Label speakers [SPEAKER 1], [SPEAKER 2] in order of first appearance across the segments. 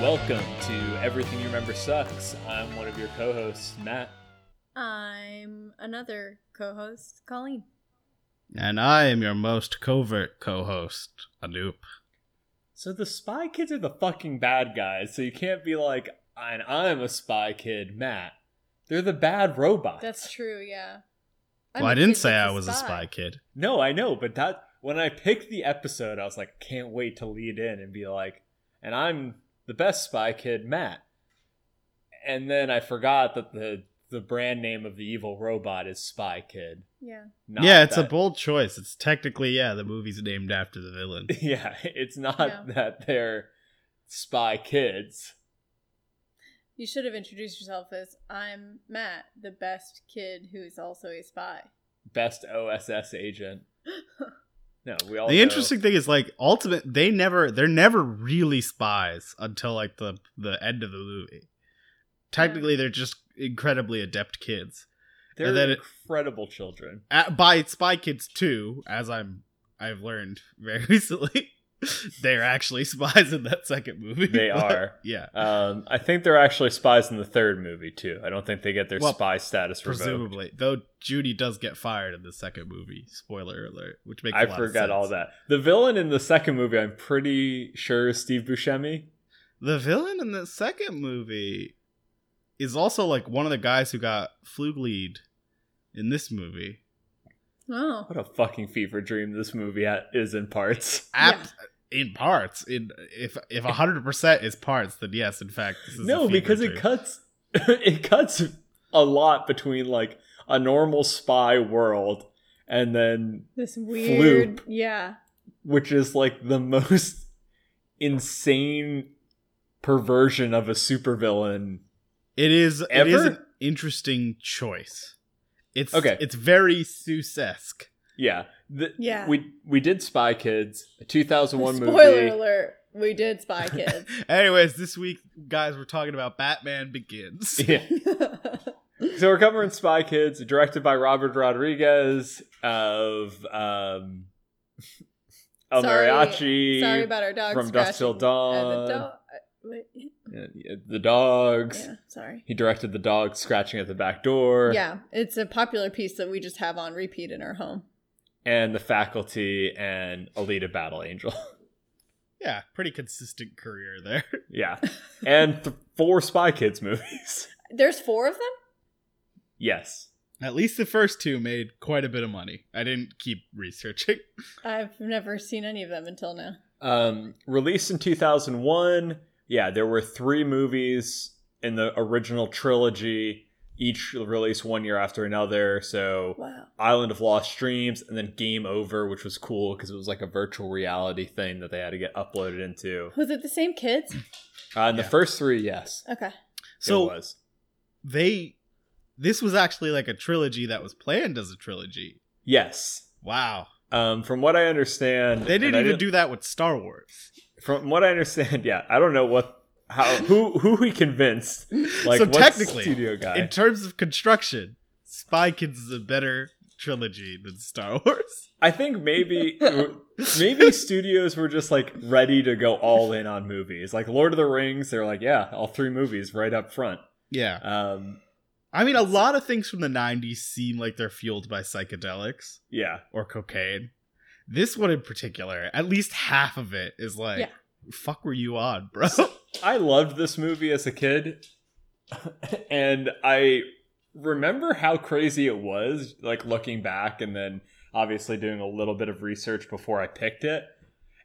[SPEAKER 1] Welcome to Everything You Remember Sucks. I'm one of your co hosts, Matt.
[SPEAKER 2] I'm another co-host, Colleen.
[SPEAKER 3] And I am your most covert co host, Anoop.
[SPEAKER 1] So the spy kids are the fucking bad guys, so you can't be like, and I'm a spy kid, Matt. They're the bad robots.
[SPEAKER 2] That's true, yeah. I'm
[SPEAKER 3] Well, I
[SPEAKER 2] a
[SPEAKER 3] didn't
[SPEAKER 2] kid
[SPEAKER 3] say
[SPEAKER 2] that's
[SPEAKER 3] I was a spy kid.
[SPEAKER 1] No, I know, but that when I picked the episode, I was like, can't wait to lead in and be like, and I'm the best spy kid, Matt. And then I forgot that the the brand name of the evil robot is Spy Kid.
[SPEAKER 2] Yeah.
[SPEAKER 1] Not
[SPEAKER 3] yeah, it's a
[SPEAKER 1] that-
[SPEAKER 3] bold choice. It's technically, yeah, the movie's named after the villain.
[SPEAKER 1] Yeah, it's not
[SPEAKER 2] Yeah.
[SPEAKER 1] that they're spy kids.
[SPEAKER 2] You should have introduced yourself as I'm Matt, the best kid who is also a spy.
[SPEAKER 1] Best OSS agent. Oh, No, we all
[SPEAKER 3] the
[SPEAKER 1] know-
[SPEAKER 3] interesting thing is, like, ultimate, they never, they're never really spies until, like, the, the end of the movie. Technically, they're just incredibly adept kids.
[SPEAKER 1] they're
[SPEAKER 3] and then it-
[SPEAKER 1] incredible children.
[SPEAKER 3] At, by Spy Kids 2, as I'm, I've learned very recently, they're actually spies in that second movie.
[SPEAKER 1] They
[SPEAKER 3] But,
[SPEAKER 1] are.
[SPEAKER 3] Yeah.
[SPEAKER 1] Um, I think they're actually spies in the third movie too. I don't think they get their
[SPEAKER 3] Well,
[SPEAKER 1] spy status revoked.
[SPEAKER 3] presumably though judy does get fired in the second movie spoiler alert which makes I
[SPEAKER 1] I forgot all that. The villain in the second movie, I'm pretty sure, is Steve Buscemi.
[SPEAKER 3] the villain in the second movie is also like one of the guys who got flug lead in this movie
[SPEAKER 2] Oh.
[SPEAKER 1] What a fucking fever dream this movie ha- is in parts.
[SPEAKER 3] Ab- in parts in if if 100% is parts then yes in fact this is a
[SPEAKER 1] no,
[SPEAKER 3] fever
[SPEAKER 1] because it
[SPEAKER 3] dream.
[SPEAKER 1] cuts it cuts a lot between like a normal spy world and then
[SPEAKER 2] This weird
[SPEAKER 1] Floop.
[SPEAKER 2] Yeah.
[SPEAKER 1] which is like the most insane perversion of a supervillain.
[SPEAKER 3] it is it is
[SPEAKER 1] Ever?
[SPEAKER 3] an interesting choice it's
[SPEAKER 1] Okay.
[SPEAKER 3] okay it's very Seuss-esque.
[SPEAKER 1] Yeah. The-
[SPEAKER 2] Yeah.
[SPEAKER 1] We we did Spy Kids, a 2001
[SPEAKER 2] Spoiler
[SPEAKER 1] movie.
[SPEAKER 2] alert. We did spy kids.
[SPEAKER 3] anyways this week guys we're talking about batman begins
[SPEAKER 1] Yeah. So we're covering Spy Kids, directed by Robert Rodriguez of um, El
[SPEAKER 2] Sorry-
[SPEAKER 1] Mariachi,
[SPEAKER 2] Sorry about our dog
[SPEAKER 1] from Dusk Till
[SPEAKER 2] scratching
[SPEAKER 1] Dawn,
[SPEAKER 2] at the do- wait,
[SPEAKER 1] and, yeah, the dogs.
[SPEAKER 2] Yeah, sorry.
[SPEAKER 1] He directed the dog scratching at the back door,
[SPEAKER 2] Yeah, it's a popular piece that we just have on repeat in our home.
[SPEAKER 1] and the faculty, and Alita Battle Angel.
[SPEAKER 3] Yeah, pretty consistent career there.
[SPEAKER 1] yeah, and th- four Spy Kids movies.
[SPEAKER 2] There's four of them?
[SPEAKER 1] yes,
[SPEAKER 3] At least the first two made quite a bit of money. I didn't keep researching.
[SPEAKER 2] I've never seen any of them until now.
[SPEAKER 1] um, released in 2001 yeah there were three movies in the original trilogy each released one year after another so
[SPEAKER 2] Wow.
[SPEAKER 1] island of lost dreams and then game over which was cool because it was like a virtual reality thing that they had to get uploaded into
[SPEAKER 2] Was it the same kids?
[SPEAKER 1] uh, and the
[SPEAKER 3] Yeah.
[SPEAKER 1] first three yes
[SPEAKER 2] Okay.
[SPEAKER 1] so
[SPEAKER 3] So they this was actually like a trilogy that was planned as a trilogy.
[SPEAKER 1] yes
[SPEAKER 3] Wow.
[SPEAKER 1] um, from what i understand
[SPEAKER 3] They
[SPEAKER 1] and
[SPEAKER 3] didn't
[SPEAKER 1] I
[SPEAKER 3] even do that with Star Wars.
[SPEAKER 1] from what i understand yeah i don't know what how who who he convinced like
[SPEAKER 3] so
[SPEAKER 1] what
[SPEAKER 3] technically,
[SPEAKER 1] studio guy
[SPEAKER 3] in terms of construction, Spy Kids is a better trilogy than Star Wars.
[SPEAKER 1] I think maybe maybe studios were just like ready to go all in on movies. Like Lord of the Rings, they're like, yeah, all three movies right up front.
[SPEAKER 3] Yeah.
[SPEAKER 1] Um,
[SPEAKER 3] I mean a lot of things from the 90s seem like they're fueled by psychedelics
[SPEAKER 1] yeah,
[SPEAKER 3] or cocaine. This one in particular, at least half of it is like
[SPEAKER 2] Yeah.
[SPEAKER 3] fuck were you on, bro?
[SPEAKER 1] I loved this movie as a kid, and I remember how crazy it was. Like looking back, and then obviously doing a little bit of research before I picked it,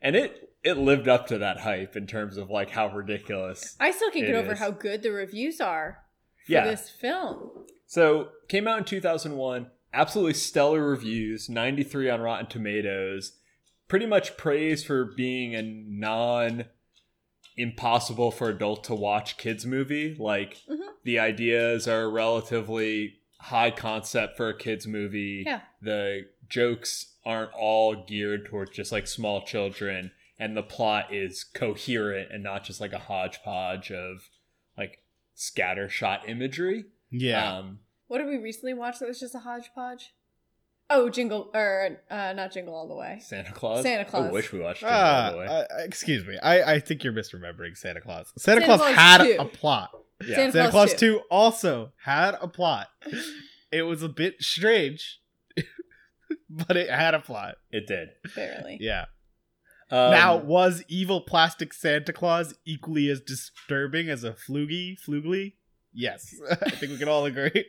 [SPEAKER 1] and it it lived up to that hype in terms of like how ridiculous.
[SPEAKER 2] I still can't
[SPEAKER 1] It
[SPEAKER 2] get over
[SPEAKER 1] is.
[SPEAKER 2] how good the reviews are for
[SPEAKER 1] Yeah,
[SPEAKER 2] this film.
[SPEAKER 1] So came out in 2001. Absolutely stellar reviews, 93 on Rotten Tomatoes. Pretty much praised for being a non impossible for adult to watch kids movie. Like
[SPEAKER 2] Mhm.
[SPEAKER 1] the ideas are relatively high concept for a kids movie.
[SPEAKER 2] Yeah.
[SPEAKER 1] The jokes aren't all geared towards just like small children and the plot is coherent and not just like a hodgepodge of like scattershot imagery.
[SPEAKER 3] yeah.
[SPEAKER 1] Um
[SPEAKER 2] What did we recently watch that was just a hodgepodge? Oh, Jingle or uh, not Jingle All the Way.
[SPEAKER 1] Santa Claus.
[SPEAKER 2] Santa Claus.
[SPEAKER 1] I wish we watched it all the way.
[SPEAKER 3] Ah, uh, excuse me. I, I think you're misremembering Santa Claus. Santa,
[SPEAKER 2] Santa
[SPEAKER 3] Claus,
[SPEAKER 2] Claus
[SPEAKER 3] had
[SPEAKER 2] 2.
[SPEAKER 3] a plot.
[SPEAKER 1] Yeah.
[SPEAKER 2] Santa,
[SPEAKER 3] Santa
[SPEAKER 2] Claus,
[SPEAKER 3] Claus 2 also had a plot. It was a bit strange, but it had a plot.
[SPEAKER 1] it did.
[SPEAKER 2] Barely.
[SPEAKER 3] Yeah.
[SPEAKER 1] Um,
[SPEAKER 3] now, was evil plastic Santa Claus equally as disturbing as a flugie? Flugly? Yes. I think we can all agree.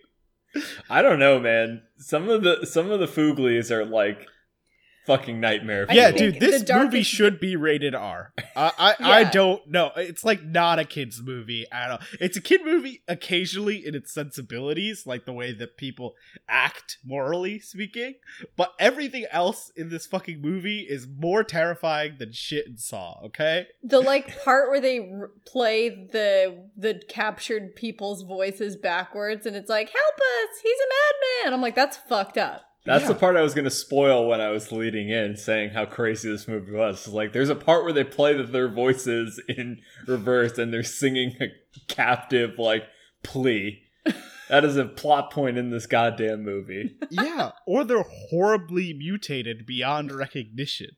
[SPEAKER 1] I don't know, man. Some of the some of the Fooglies are like fucking nightmare.
[SPEAKER 2] I
[SPEAKER 3] yeah,
[SPEAKER 1] fuel.
[SPEAKER 2] think
[SPEAKER 3] dude,
[SPEAKER 2] the
[SPEAKER 3] this movie
[SPEAKER 2] darkest-
[SPEAKER 3] should be rated R. I I, I
[SPEAKER 2] Yeah.
[SPEAKER 3] don't know. It's like not a kids movie at all. It's a kid movie occasionally in its sensibilities, like the way that people act morally speaking. But everything else in this fucking movie is more terrifying than shit and Saw. Okay,
[SPEAKER 2] The like part where they r- play the the captured people's voices backwards, and it's like, "Help us! He's a madman!" I'm like, "That's fucked up."
[SPEAKER 1] That's the
[SPEAKER 3] Yeah.
[SPEAKER 1] part I was going to spoil when I was leading in, saying how crazy this movie was. It's like, there's a part where they play the, their voices in reverse and they're singing a captive, like, plea. That is a plot point in this goddamn movie.
[SPEAKER 3] yeah, or they're horribly mutated beyond recognition,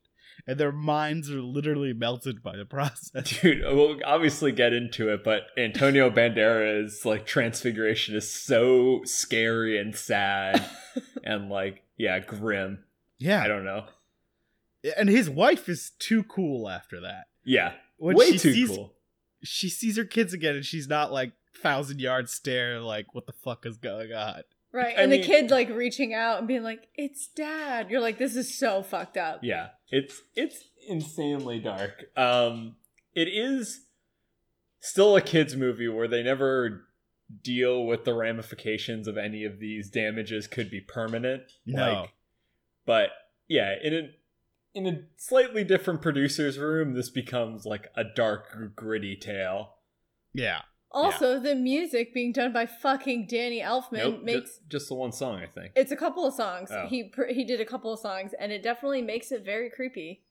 [SPEAKER 3] and their minds are literally melted by the process.
[SPEAKER 1] Dude, we'll obviously get into it, but Antonio Banderas' like transfiguration is so scary and sad and like, yeah, grim. I
[SPEAKER 3] Yeah,
[SPEAKER 1] don't know.
[SPEAKER 3] and his wife is too cool after that.
[SPEAKER 1] Yeah.
[SPEAKER 3] When
[SPEAKER 1] way
[SPEAKER 3] she
[SPEAKER 1] too
[SPEAKER 3] sees
[SPEAKER 1] cool.
[SPEAKER 3] she sees her kids again and she's not like thousand yard stare like what the fuck is going on
[SPEAKER 2] Right,
[SPEAKER 1] I
[SPEAKER 2] and
[SPEAKER 1] mean-
[SPEAKER 2] the kid like reaching out and being like, "It's dad." You're like, "This is so fucked up."
[SPEAKER 1] yeah it's it's insanely dark um it is still a kids movie where they never deal with the ramifications of any of these damages could be permanent
[SPEAKER 3] No.
[SPEAKER 1] but yeah in a in a slightly different producer's room this becomes like a dark gritty tale
[SPEAKER 3] yeah
[SPEAKER 2] Also, the music being done by fucking Danny Elfman
[SPEAKER 1] nope, ju-
[SPEAKER 2] makes
[SPEAKER 1] just, the one song i think
[SPEAKER 2] it's a couple of songs.
[SPEAKER 1] Oh.
[SPEAKER 2] He pr- he did a couple of songs, and it definitely makes it very creepy.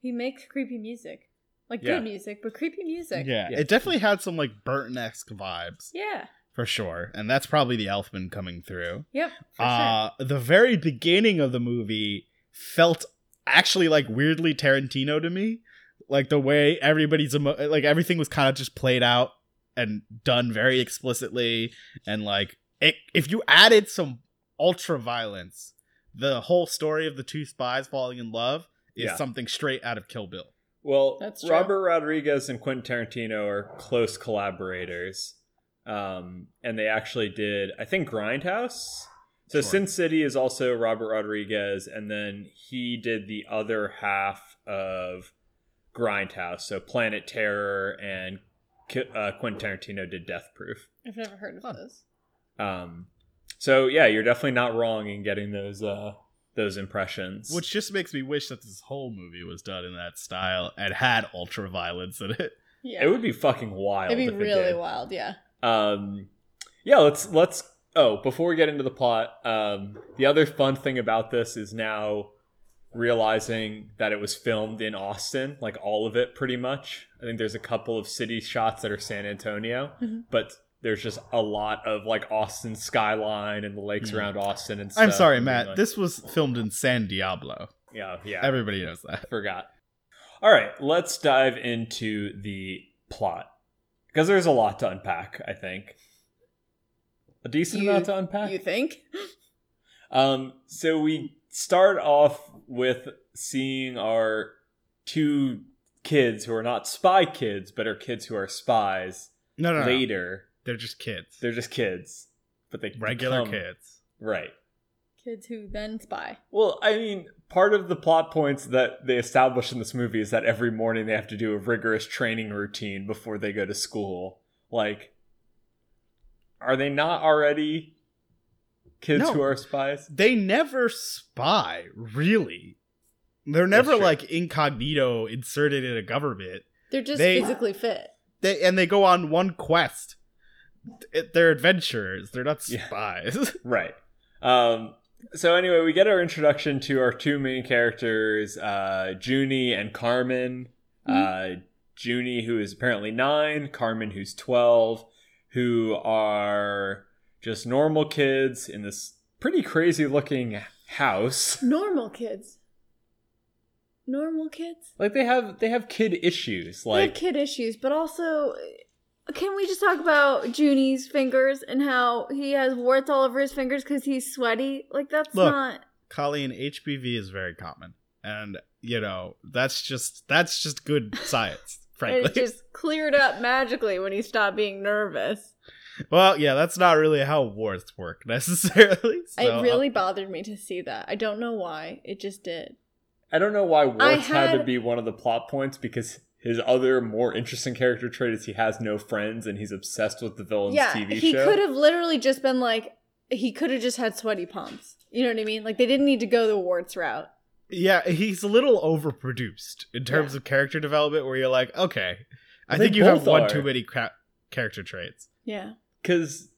[SPEAKER 2] He makes creepy music, like
[SPEAKER 1] Yeah.
[SPEAKER 2] good music, but creepy music.
[SPEAKER 3] yeah
[SPEAKER 1] Yeah.
[SPEAKER 3] it definitely had some like burton-esque vibes
[SPEAKER 2] yeah,
[SPEAKER 3] for sure and that's probably the elfman coming through
[SPEAKER 2] yep. For sure.
[SPEAKER 3] uh the very beginning of the movie felt actually like weirdly tarantino to me like the way everybody's emo- like everything was kind of just played out and done very explicitly and like it, if you added some ultra violence the whole story of the two spies falling in love is
[SPEAKER 1] Yeah.
[SPEAKER 3] something straight out of kill bill
[SPEAKER 1] Well,
[SPEAKER 2] That's true.
[SPEAKER 1] Robert Rodriguez and Quentin Tarantino are close collaborators. Um, and they actually did, I think, Grindhouse. So
[SPEAKER 3] Sure.
[SPEAKER 1] Sin City is also Robert Rodriguez, and then he did the other half of Grindhouse. So Planet Terror and Ki- uh, Quentin Tarantino did Death Proof.
[SPEAKER 2] I've never heard of
[SPEAKER 3] Fun.
[SPEAKER 2] those.
[SPEAKER 1] Um, so yeah, you're definitely not wrong in getting those uh, those impressions.
[SPEAKER 3] which just makes me wish that this whole movie was done in that style and had ultra violence in it
[SPEAKER 2] Yeah,
[SPEAKER 1] it would be fucking wild.
[SPEAKER 2] It'd be
[SPEAKER 1] if it
[SPEAKER 2] really
[SPEAKER 1] did.
[SPEAKER 2] wild. Yeah.
[SPEAKER 1] um yeah let's let's oh before we get into the plot um the other fun thing about this is now realizing that it was filmed in austin like all of it pretty much i think there's a couple of city shots that are san antonio
[SPEAKER 3] Mm-hmm.
[SPEAKER 2] Mhm.
[SPEAKER 1] but there's just a lot of like austin skyline and the lakes
[SPEAKER 3] Mhm.
[SPEAKER 1] around austin and stuff
[SPEAKER 3] i'm sorry
[SPEAKER 1] and being
[SPEAKER 3] matt
[SPEAKER 1] like-
[SPEAKER 3] this was filmed in san diablo
[SPEAKER 1] yeah yeah
[SPEAKER 3] Everybody knows that.
[SPEAKER 1] forgot. All right, let's dive into the plot because there's a lot to unpack. I think a decent
[SPEAKER 2] You-
[SPEAKER 1] amount to unpack.
[SPEAKER 2] You think?
[SPEAKER 1] um, so we start off with seeing our two kids who are not spy kids, but are kids who are spies.
[SPEAKER 3] No, no, no.
[SPEAKER 1] Later,
[SPEAKER 3] They're just kids.
[SPEAKER 1] they're just kids, but they
[SPEAKER 3] regular
[SPEAKER 1] become-
[SPEAKER 3] kids.
[SPEAKER 1] right?
[SPEAKER 2] Kids who then spy.
[SPEAKER 1] Well, I mean, part of the plot points that they establish in this movie is that every morning they have to do a rigorous training routine before they go to school. Like, are they not already kids
[SPEAKER 3] No.
[SPEAKER 1] who are spies?
[SPEAKER 3] They never spy, really. They're never
[SPEAKER 1] true.
[SPEAKER 3] like incognito inserted in a government.
[SPEAKER 2] They're just
[SPEAKER 3] They-
[SPEAKER 2] physically fit.
[SPEAKER 3] They and they go on one quest. It- They're adventurers. They're not
[SPEAKER 1] Yeah.
[SPEAKER 3] spies.
[SPEAKER 1] Right. Um, so anyway, we get our introduction to our two main characters, uh, Junie and Carmen.
[SPEAKER 2] Mm-hmm.
[SPEAKER 1] Uh, Junie, who is apparently nine, Carmen, who's twelve, who are just normal kids in this pretty crazy looking house.
[SPEAKER 2] Normal kids. Normal kids.
[SPEAKER 1] Like they have they have kid issues.
[SPEAKER 2] they have
[SPEAKER 1] Like
[SPEAKER 2] kid issues, but also, can we just talk about Junie's fingers and how he has warts all over his fingers because he's sweaty? Like that's
[SPEAKER 3] Look.
[SPEAKER 2] not.
[SPEAKER 3] Colleen, HPV is very common, and you know that's just that's just good science,
[SPEAKER 2] and
[SPEAKER 3] frankly.
[SPEAKER 2] It just cleared up magically when he stopped being nervous.
[SPEAKER 3] well, yeah, that's not really how warts work necessarily. So,
[SPEAKER 2] it
[SPEAKER 1] uh,
[SPEAKER 2] really bothered me to see that. I don't know why. It just did.
[SPEAKER 1] I don't know why Warts had, to
[SPEAKER 2] had-
[SPEAKER 1] be one of the plot points because his other more interesting character trait is he has no friends and he's obsessed with the villain's
[SPEAKER 2] yeah,
[SPEAKER 1] TV
[SPEAKER 2] he
[SPEAKER 1] show.
[SPEAKER 2] could have literally just been like, he could have just had sweaty palms. You know what I mean? Like they didn't need to go the warts route.
[SPEAKER 3] yeah, he's a little overproduced in terms of character development, where you're like, okay, I
[SPEAKER 1] They
[SPEAKER 3] think you have
[SPEAKER 1] both
[SPEAKER 3] one
[SPEAKER 1] are.
[SPEAKER 3] too many cra- character traits.
[SPEAKER 2] Yeah.
[SPEAKER 1] because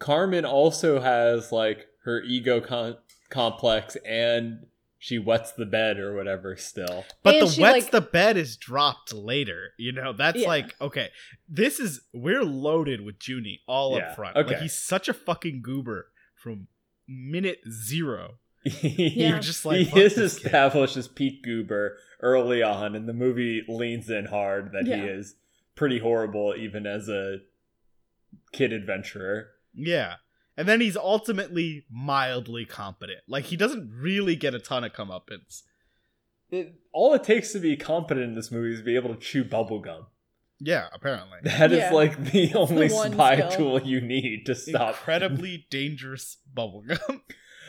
[SPEAKER 1] Carmen also has like her ego con- complex and she wets the bed or whatever still.
[SPEAKER 3] But
[SPEAKER 2] And
[SPEAKER 3] the
[SPEAKER 2] she,
[SPEAKER 3] wets
[SPEAKER 2] like-
[SPEAKER 3] the bed is dropped later. You know, that's
[SPEAKER 2] Yeah.
[SPEAKER 3] like okay. This is we're loaded with Junie all
[SPEAKER 1] Yeah,
[SPEAKER 3] up front. Like
[SPEAKER 1] okay.
[SPEAKER 3] he's such a fucking goober from minute zero.
[SPEAKER 2] Yeah.
[SPEAKER 3] You're just like
[SPEAKER 1] he is
[SPEAKER 3] this kid.
[SPEAKER 1] established as Pete Goober early on, and the movie leans in hard that
[SPEAKER 2] Yeah.
[SPEAKER 1] he is pretty horrible even as a kid adventurer.
[SPEAKER 3] Yeah. And then he's ultimately mildly competent. Like he doesn't really get a ton of comeuppance.
[SPEAKER 1] It- all it takes to be competent in this movie is to be able to chew bubblegum.
[SPEAKER 3] Yeah, apparently.
[SPEAKER 1] That is
[SPEAKER 2] Yeah.
[SPEAKER 1] like the only
[SPEAKER 2] one
[SPEAKER 1] spy tool
[SPEAKER 2] skill.
[SPEAKER 1] you need to stop.
[SPEAKER 3] Incredibly dangerous bubblegum.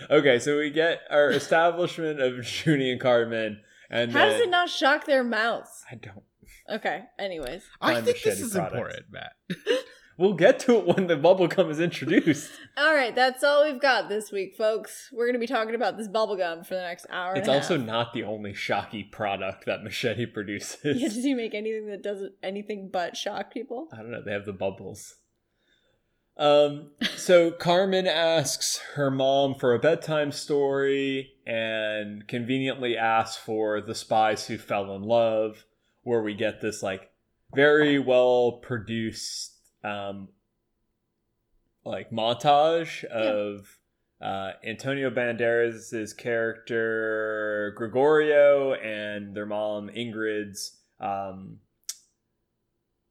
[SPEAKER 1] Okay, so we get our establishment of Junie and Carmen, and
[SPEAKER 2] How does
[SPEAKER 1] then-
[SPEAKER 2] it not shock their mouths?
[SPEAKER 1] I don't.
[SPEAKER 2] Okay. Anyways,
[SPEAKER 3] I
[SPEAKER 1] Kind
[SPEAKER 3] think
[SPEAKER 1] of
[SPEAKER 3] this
[SPEAKER 1] shitty
[SPEAKER 3] is
[SPEAKER 1] product.
[SPEAKER 3] important, Matt.
[SPEAKER 1] We'll get to it when the bubblegum is introduced.
[SPEAKER 2] all right. That's all we've got this week, folks. We're gonna be talking about this bubblegum for the next hour.
[SPEAKER 1] It's
[SPEAKER 2] and a
[SPEAKER 1] also
[SPEAKER 2] half.
[SPEAKER 1] not the only shocky product that Machete produces.
[SPEAKER 2] Yeah, does he make anything that doesn't anything but shock people?
[SPEAKER 1] I don't know. They have the bubbles. Um, so Carmen asks her mom for a bedtime story and conveniently asks for The Spies Who Fell in Love, where we get this like very well produced um like montage of uh Antonio Banderas' character Gregorio and their mom Ingrid's um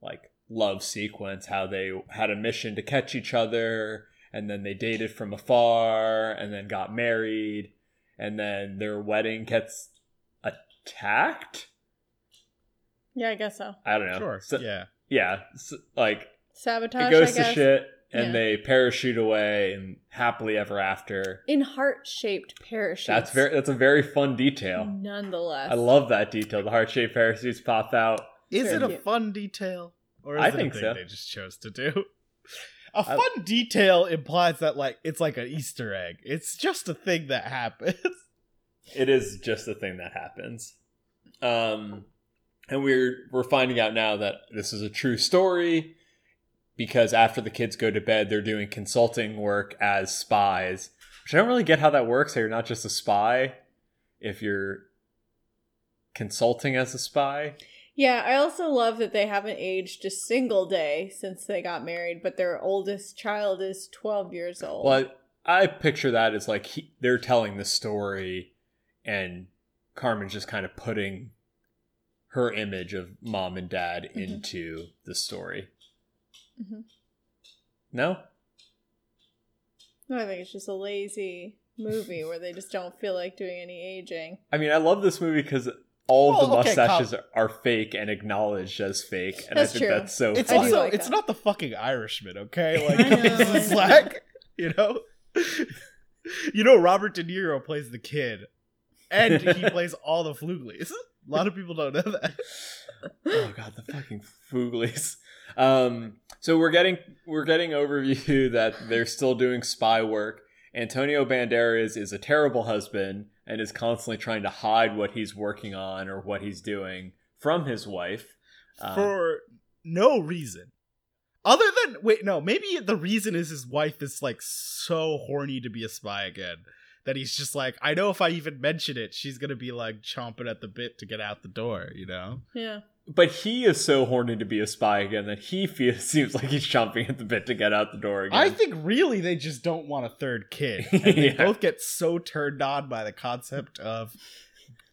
[SPEAKER 1] like love sequence how they had a mission to catch each other and then they dated from afar and then got married and then their wedding gets attacked
[SPEAKER 2] Yeah, I guess so.
[SPEAKER 1] i don't know
[SPEAKER 3] Sure.
[SPEAKER 1] So-
[SPEAKER 3] yeah.
[SPEAKER 1] yeah s like
[SPEAKER 2] Sabotage.
[SPEAKER 1] it goes
[SPEAKER 2] I
[SPEAKER 1] to
[SPEAKER 2] guess.
[SPEAKER 1] shit and
[SPEAKER 2] Yeah.
[SPEAKER 1] they parachute away and happily ever after
[SPEAKER 2] In heart shaped parachutes.
[SPEAKER 1] that's very that's a very fun
[SPEAKER 2] Mm.
[SPEAKER 1] detail
[SPEAKER 2] Nonetheless,
[SPEAKER 1] i love that detail the heart-shaped parachutes pop out
[SPEAKER 3] Is
[SPEAKER 2] Sure.
[SPEAKER 3] it a
[SPEAKER 2] Yeah.
[SPEAKER 3] fun detail? Or is
[SPEAKER 1] I
[SPEAKER 3] it
[SPEAKER 1] think
[SPEAKER 3] a thing
[SPEAKER 1] so.
[SPEAKER 3] they just chose to do? A
[SPEAKER 1] I-
[SPEAKER 3] fun detail implies that like it's like an Easter egg. It's just a thing that happens.
[SPEAKER 1] it is just a thing that happens. Um, and we're we're finding out now that this is a true story because after the kids go to bed, they're doing consulting work as spies, which I don't really get how that works. You're not just a spy if you're consulting as a spy.
[SPEAKER 2] Yeah, I also love that they haven't aged a single day since they got married, but their oldest child is 12 years old.
[SPEAKER 1] Well, I, I picture that as like he, they're telling the story, and Carmen's just kind of putting her image of mom and dad
[SPEAKER 3] Mm-hmm.
[SPEAKER 2] Mhm.
[SPEAKER 1] into the story.
[SPEAKER 2] Mhm.
[SPEAKER 1] No,
[SPEAKER 2] No, I think it's just a lazy movie where they just don't feel like doing any aging.
[SPEAKER 1] I mean I love this movie because all of the
[SPEAKER 3] Well, okay, Kyle.
[SPEAKER 1] mustaches are, are fake and acknowledged as fake, and
[SPEAKER 2] That's
[SPEAKER 1] I think
[SPEAKER 2] true.
[SPEAKER 1] that's so.
[SPEAKER 3] It's
[SPEAKER 2] I do
[SPEAKER 1] fun.
[SPEAKER 3] also
[SPEAKER 2] like
[SPEAKER 3] it's
[SPEAKER 2] that.
[SPEAKER 3] not the fucking Irishman, okay?
[SPEAKER 2] I
[SPEAKER 3] Like
[SPEAKER 2] know,
[SPEAKER 3] this
[SPEAKER 2] I know.
[SPEAKER 3] is slack, you know. you know Robert De Niro plays the kid, and he plays all the fluglies. A lot of people don't know that.
[SPEAKER 1] oh god, the fucking fooglies. Um, so we're getting we're getting overview that they're still doing spy work. Antonio Banderas is a terrible husband and is constantly trying to hide what he's working on or what he's doing from his wife. Um,
[SPEAKER 3] for no reason. Other than wait, no, maybe the reason is his wife is like so horny to be a spy again that he's just like, I know if I even mention it, she's gonna be like chomping at the bit to get out the door, you know?
[SPEAKER 2] Yeah.
[SPEAKER 1] but he is so horny to be a spy again that he feels, seems like he's chomping at the bit to get out the door again.
[SPEAKER 3] I think really they just don't want a third kid. And They
[SPEAKER 1] Yeah.
[SPEAKER 3] both get so turned on by the concept of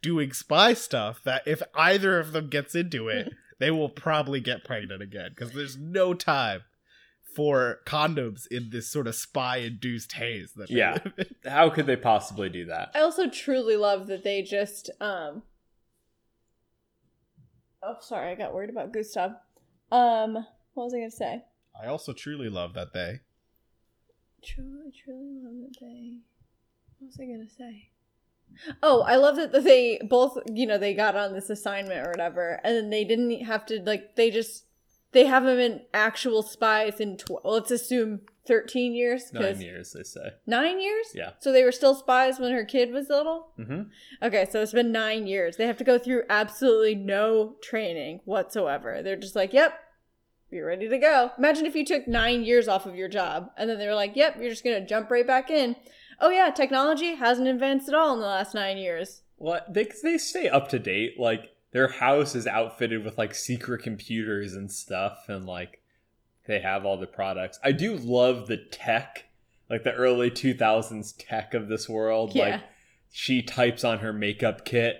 [SPEAKER 3] doing spy stuff that if either of them gets into it, they will probably get pregnant again because there's no time for condoms in this sort of spy induced haze that they
[SPEAKER 1] Yeah.
[SPEAKER 3] live in.
[SPEAKER 1] How could they possibly do that?
[SPEAKER 2] I also truly love that they just um Oh, sorry, I got worried about Gustav. Um, what was I gonna say?
[SPEAKER 3] I also truly love that they
[SPEAKER 2] Truly, truly love that they. What was I gonna say? Oh, I love that they both, you know, they got on this assignment or whatever, and then they didn't have to like they just they have them in actual spies in tw- well, let's assume thirteen years 'cause-
[SPEAKER 1] Nine years, they say.
[SPEAKER 2] Nine years?
[SPEAKER 1] Yeah.
[SPEAKER 2] So they were still spies when her kid was little.
[SPEAKER 1] hmm
[SPEAKER 2] Okay, so it's been nine years. They have to go through absolutely no training whatsoever. They're just like, yep, you're ready to go. Imagine if you took nine years off of your job and then they were like, yep, you're just going to jump right back in. Oh, yeah, technology hasn't advanced at all in the last nine years.
[SPEAKER 1] Well, they, they stay up to date. Like, their house is outfitted with, like, secret computers and stuff, and, like, they have all the products. I do love the tech, like, the early 2000s tech of this world.
[SPEAKER 2] Yeah.
[SPEAKER 1] Like, she types on her makeup kit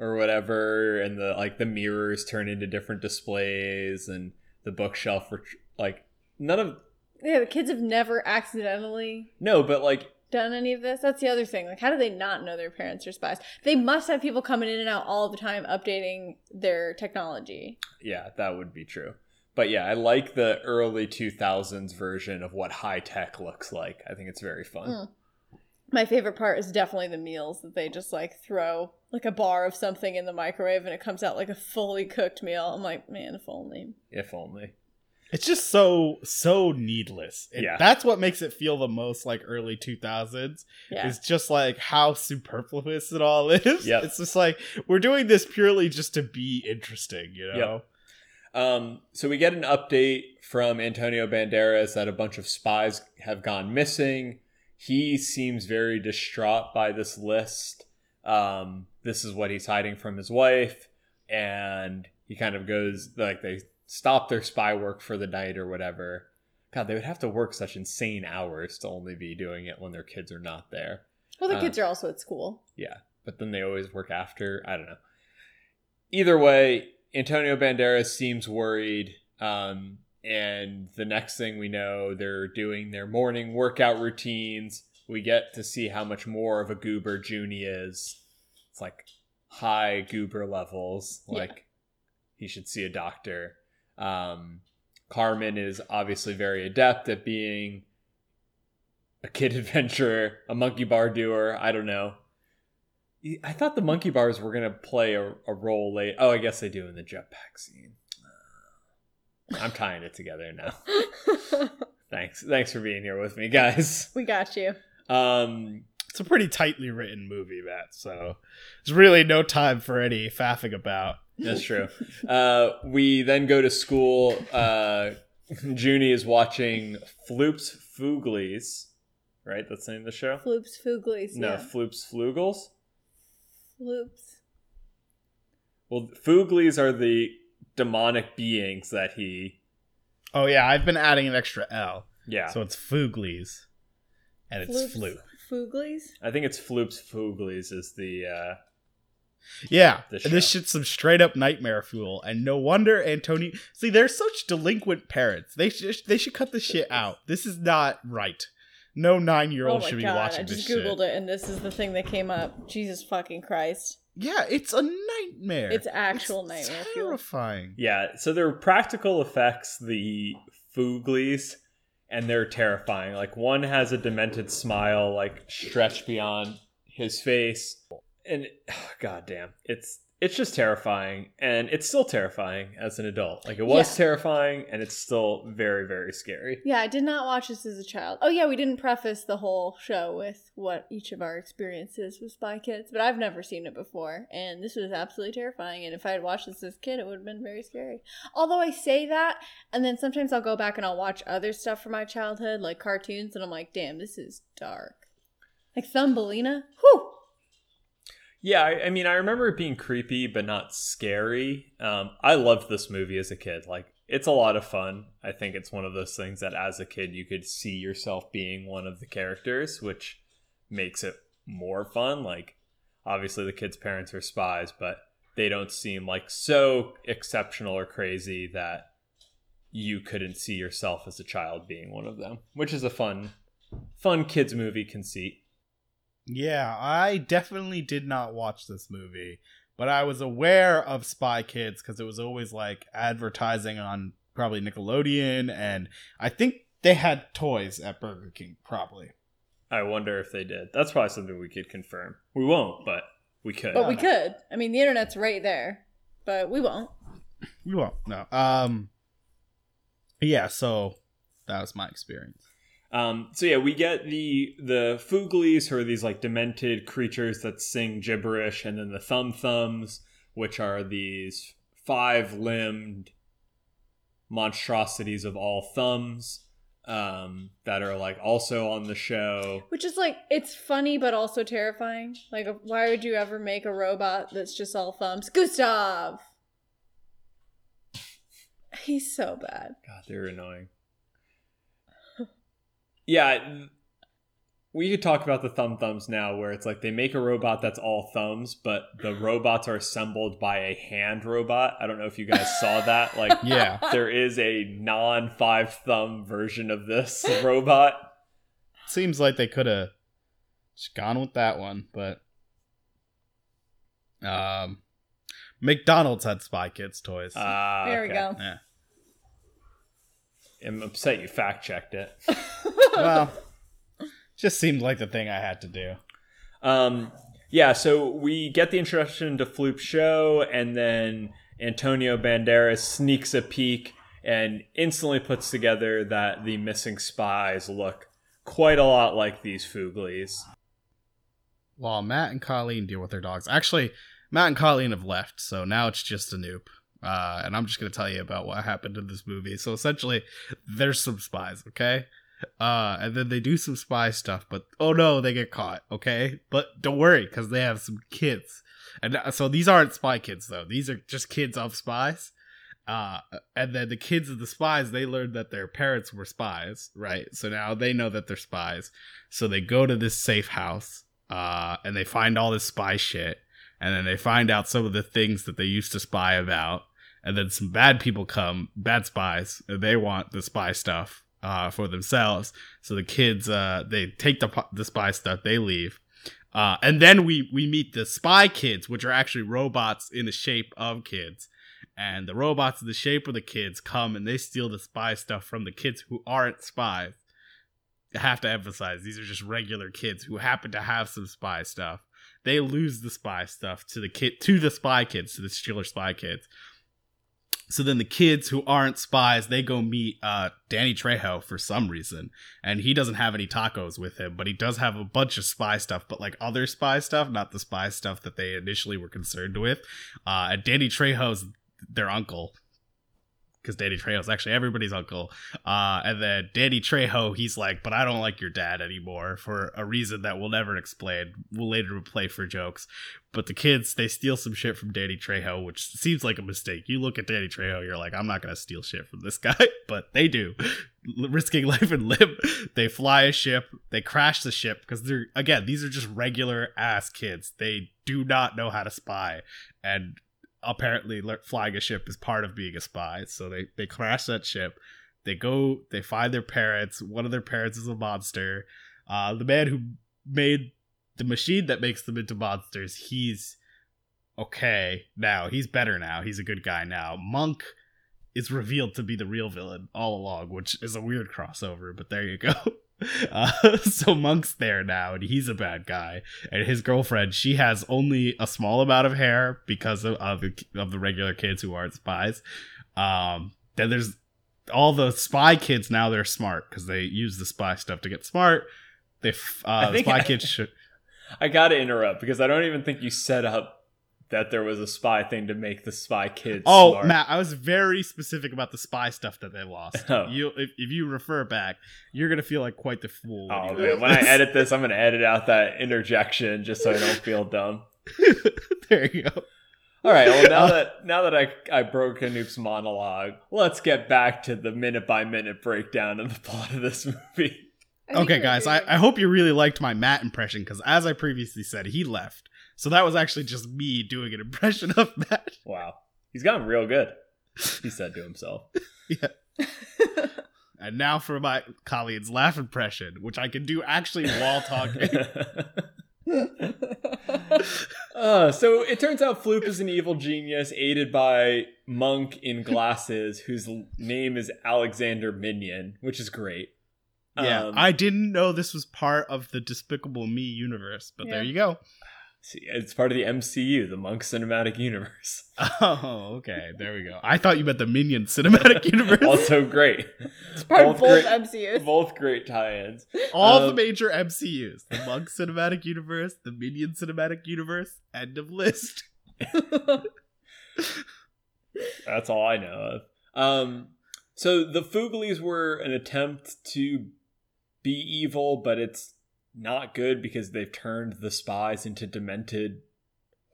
[SPEAKER 1] or whatever, and the, like, the mirrors turn into different displays, and the bookshelf, ret- like, none of.
[SPEAKER 2] Yeah, the kids have never accidentally
[SPEAKER 1] No, but, like,
[SPEAKER 2] done any of this. That's the other thing. Like, how do they not know their parents are spies? They must have people coming in and out all the time updating their technology.
[SPEAKER 1] Yeah, that would be true. But yeah, I like the early 2000s version of what high tech looks like. I think it's very fun.
[SPEAKER 2] Mm. My favorite part is definitely the meals that they just like throw like a bar of something in the microwave and it comes out like a fully cooked meal. I'm like, man, if only.
[SPEAKER 1] If only.
[SPEAKER 3] It's just so so needless. It-
[SPEAKER 1] Yeah.
[SPEAKER 3] That's what makes it feel the most like early 2000s.
[SPEAKER 2] Yeah.
[SPEAKER 3] It's just like how superfluous it all is.
[SPEAKER 1] Yep.
[SPEAKER 3] It's just like we're doing this purely just to be interesting, you know.
[SPEAKER 1] Um, so we get an update from Antonio Banderas that a bunch of spies have gone missing. He seems very distraught by this list. Um, this is what he's hiding from his wife, and he kind of goes like they stop their spy work for the night or whatever. God, they would have to work such insane hours to only be doing it when their kids are not there
[SPEAKER 2] Well, the
[SPEAKER 1] Uh,
[SPEAKER 2] kids are also at school.
[SPEAKER 1] but then they always work after. I don't know. Either way, Antonio Banderas seems worried. Um, and the next thing we know, they're doing their morning workout routines. We get to see how much more of a goober Junie is. It's like high goober levels.
[SPEAKER 2] Yeah.
[SPEAKER 1] Like he should see a doctor. Um, Carmen is obviously very adept at being a kid adventurer, a monkey bar doer. I don't know. I thought the monkey bars were gonna play a, a role late. Oh, I guess they do in the jetpack scene. Uh, I'm tying it together now. Thanks, thanks for being here with me, guys.
[SPEAKER 2] we got you.
[SPEAKER 1] Um,
[SPEAKER 3] It's a pretty tightly written movie, Matt. So there's really no time for any faffing about.
[SPEAKER 1] That's true. Uh, we then go to school. Uh, Junie is watching Floops Fooglies, right? That's the name of the show.
[SPEAKER 2] Floops, Fooglies.
[SPEAKER 1] No,
[SPEAKER 2] yeah.
[SPEAKER 1] Floops Flugels.
[SPEAKER 2] Floops.
[SPEAKER 1] Well, Fooglies are the demonic beings that he.
[SPEAKER 3] Oh yeah, I've been adding an extra L,
[SPEAKER 1] Yeah,
[SPEAKER 3] so it's Fooglies, and it's
[SPEAKER 2] Floops,
[SPEAKER 3] Floop.
[SPEAKER 2] Fooglies?
[SPEAKER 1] I think it's Floops Fooglies is the. Uh,
[SPEAKER 3] Yeah,
[SPEAKER 1] The show.
[SPEAKER 3] this shit's some straight up nightmare fuel, and no wonder Antonio. See, they're such delinquent parents. They should they should cut this shit out. This is not right. No nine year
[SPEAKER 2] Oh
[SPEAKER 3] old
[SPEAKER 2] my
[SPEAKER 3] should be
[SPEAKER 2] god,
[SPEAKER 3] watching
[SPEAKER 2] I
[SPEAKER 3] this
[SPEAKER 2] just
[SPEAKER 3] shit.
[SPEAKER 2] Googled it and this is the thing that came up. Jesus fucking Christ.
[SPEAKER 3] Yeah, it's a nightmare.
[SPEAKER 2] It's actual
[SPEAKER 3] It's
[SPEAKER 2] nightmare fuel.
[SPEAKER 3] Terrifying.
[SPEAKER 1] Yeah, so they're practical effects, the Fooglies, and they're terrifying. Like one has a demented smile, like stretched beyond his face, and god damn, it's it's just terrifying, and it's still terrifying as an adult. Like it was
[SPEAKER 2] Yeah.
[SPEAKER 1] terrifying, and it's still very very scary.
[SPEAKER 2] Yeah, I did not watch this as a child. Oh yeah, we didn't preface the whole show with what each of our experiences with Spy Kids, but I've never seen it before, and this was absolutely terrifying. And if I had watched this as a kid, it would have been very scary. Although I say that, and then sometimes I'll go back and I'll watch other stuff from my childhood, like cartoons, and I'm like, damn, this is dark. Like Thumbelina. Whew.
[SPEAKER 1] Yeah, I, I mean, I remember it being creepy but not scary. Um, I loved this movie as a kid. Like, it's a lot of fun. I think it's one of those things that as a kid you could see yourself being one of the characters, which makes it more fun. Like, obviously, the kid's parents are spies, but they don't seem like so exceptional or crazy that you couldn't see yourself as a child being one of them, which is a fun, fun kids movie conceit.
[SPEAKER 3] Yeah, I definitely did not watch this movie, but I was aware of Spy Kids because it was always like advertising on probably Nickelodeon, and I think they had toys at Burger King, probably.
[SPEAKER 1] I wonder if they did. That's probably something we could confirm. We won't, but we could.
[SPEAKER 2] But we could. I mean, the internet's right there, but we won't.
[SPEAKER 3] We won't. No. Um. Yeah. So that was my experience.
[SPEAKER 1] Um, so yeah, we get the the Fooglies, who are these like demented creatures that sing gibberish, and then the Thumb Thumbs, which are these five limbed monstrosities of all thumbs um, that are like also on the show.
[SPEAKER 2] Which is like, it's funny, but also terrifying. Like, why would you ever make a robot that's just all thumbs? Gustav! He's so bad.
[SPEAKER 1] God, they're annoying. Yeah, we could talk about the thumb thumbs now, where it's like they make a robot that's all thumbs, but the robots are assembled by a hand robot. I don't know if you guys saw that. Like,
[SPEAKER 3] Yeah.
[SPEAKER 1] there is a non five thumb version of this robot.
[SPEAKER 3] Seems like they could have just gone with that one, but um, McDonald's had Spy Kids toys.
[SPEAKER 1] Ah,
[SPEAKER 2] There we
[SPEAKER 1] okay.
[SPEAKER 2] go.
[SPEAKER 3] yeah.
[SPEAKER 1] I'm upset you fact checked it.
[SPEAKER 3] Well, just seemed like the thing I had to do.
[SPEAKER 1] Um, yeah, so we get the introduction to Floop's show, and then Antonio Banderas sneaks a peek and instantly puts together that the missing spies look quite a lot like these Fooglies.
[SPEAKER 3] While Matt and Colleen deal with their dogs. Actually, Matt and Colleen have left, so now it's just a noob. Uh, and I'm just going to tell you about what happened in this movie. So essentially, there's some spies, okay? Uh, and then they do some spy stuff, but oh no, they get caught, okay? But don't worry, because they have some kids. And uh, so these aren't spy kids, though. These are just kids of spies. Uh, and then the kids of the spies, they learned that their parents were spies, right? So now they know that they're spies. So they go to this safe house uh, and they find all this spy shit, and then they find out some of the things that they used to spy about, and then some bad people come, bad spies, and they want the spy stuff uh, for themselves. So the kids, uh, they take the po- the spy stuff, they leave. Uh, and then we, we meet the spy kids, which are actually robots in the shape of kids. And the robots in the shape of the kids come and they steal the spy stuff from the kids who aren't spies. I have to emphasize these are just regular kids who happen to have some spy stuff. They lose the spy stuff to the kid to the spy kids to the Steeler spy kids. So then the kids who aren't spies they go meet uh, Danny Trejo for some reason, and he doesn't have any tacos with him, but he does have a bunch of spy stuff, but like other spy stuff, not the spy stuff that they initially were concerned with. Uh, and Danny Trejo's their uncle because Danny Trejo's actually everybody's uncle. Uh, and then Danny Trejo, he's like, but I don't like your dad anymore for a reason that we'll never explain. We'll later play for jokes. But the kids, they steal some shit from Danny Trejo, which seems like a mistake. You look at Danny Trejo, you're like, I'm not going to steal shit from this guy, but they do. Risking life and limb, they fly a ship, they crash the ship because they're, again, these are just regular ass kids. They do not know how to spy. And apparently le- flying a ship is part of being a spy. So they they crash that ship. They go. They find their parents. One of their parents is a monster. Uh, the man who made the machine that makes them into monsters. He's okay now. He's better now. He's a good guy now. Monk is revealed to be the real villain all along, which is a weird crossover. But there you go. Uh, so Monk's there now, and he's a bad guy and his girlfriend she has only a small amount of hair because of, of, the, of the regular kids who aren't spies um then there's all the spy kids now they're smart because they use the spy stuff to get smart they f- uh
[SPEAKER 1] I
[SPEAKER 3] the
[SPEAKER 1] think
[SPEAKER 3] spy
[SPEAKER 1] I-
[SPEAKER 3] kids sh-
[SPEAKER 1] I gotta interrupt because I don't even think you set up that there was a spy thing to make the spy kids.
[SPEAKER 3] oh
[SPEAKER 1] smart.
[SPEAKER 3] matt i was very specific about the spy stuff that they lost
[SPEAKER 1] Oh.
[SPEAKER 3] you if, if you refer back you're gonna feel like quite the fool
[SPEAKER 1] Oh
[SPEAKER 3] you read
[SPEAKER 1] man, when I
[SPEAKER 3] this.
[SPEAKER 1] edit this, I'm gonna edit out that interjection just so I don't feel dumb.
[SPEAKER 3] there you go.
[SPEAKER 1] All right. Well, now that now that I I broke Anoop's monologue, let's get back to the minute by minute breakdown of the plot of this movie.
[SPEAKER 2] I think
[SPEAKER 3] Okay,
[SPEAKER 2] we're
[SPEAKER 3] guys, I,
[SPEAKER 2] doing-
[SPEAKER 3] I hope you really liked my Matt impression because, as I previously said, he left. So that was actually just me doing an impression of Matt.
[SPEAKER 1] Wow, he's gotten real good. He said to himself.
[SPEAKER 3] And now for my colleague's laugh impression, which I can do actually while talking.
[SPEAKER 1] uh, so it turns out Floop is an evil genius aided by Monk in glasses, whose l- name is Alexander Minion, which is great.
[SPEAKER 3] yeah,
[SPEAKER 1] Um,
[SPEAKER 3] I didn't know this was part of the Despicable Me universe, but there
[SPEAKER 2] Yeah.
[SPEAKER 3] you go.
[SPEAKER 1] see, it's part of the MCU, the Monk Cinematic Universe.
[SPEAKER 3] Oh, okay, there we go. I thought you meant the Minion cinematic universe.
[SPEAKER 1] also great.
[SPEAKER 2] it's part of
[SPEAKER 1] both
[SPEAKER 2] both
[SPEAKER 1] great-
[SPEAKER 2] MCUs.
[SPEAKER 1] Both great tie-ins.
[SPEAKER 3] All the
[SPEAKER 1] Um,
[SPEAKER 3] major MCUs: the Monk cinematic universe, the Minion cinematic universe. End of list.
[SPEAKER 1] That's all I know of. Um, so the Fooglies were an attempt to be evil, but it's not good because they've turned the spies into demented,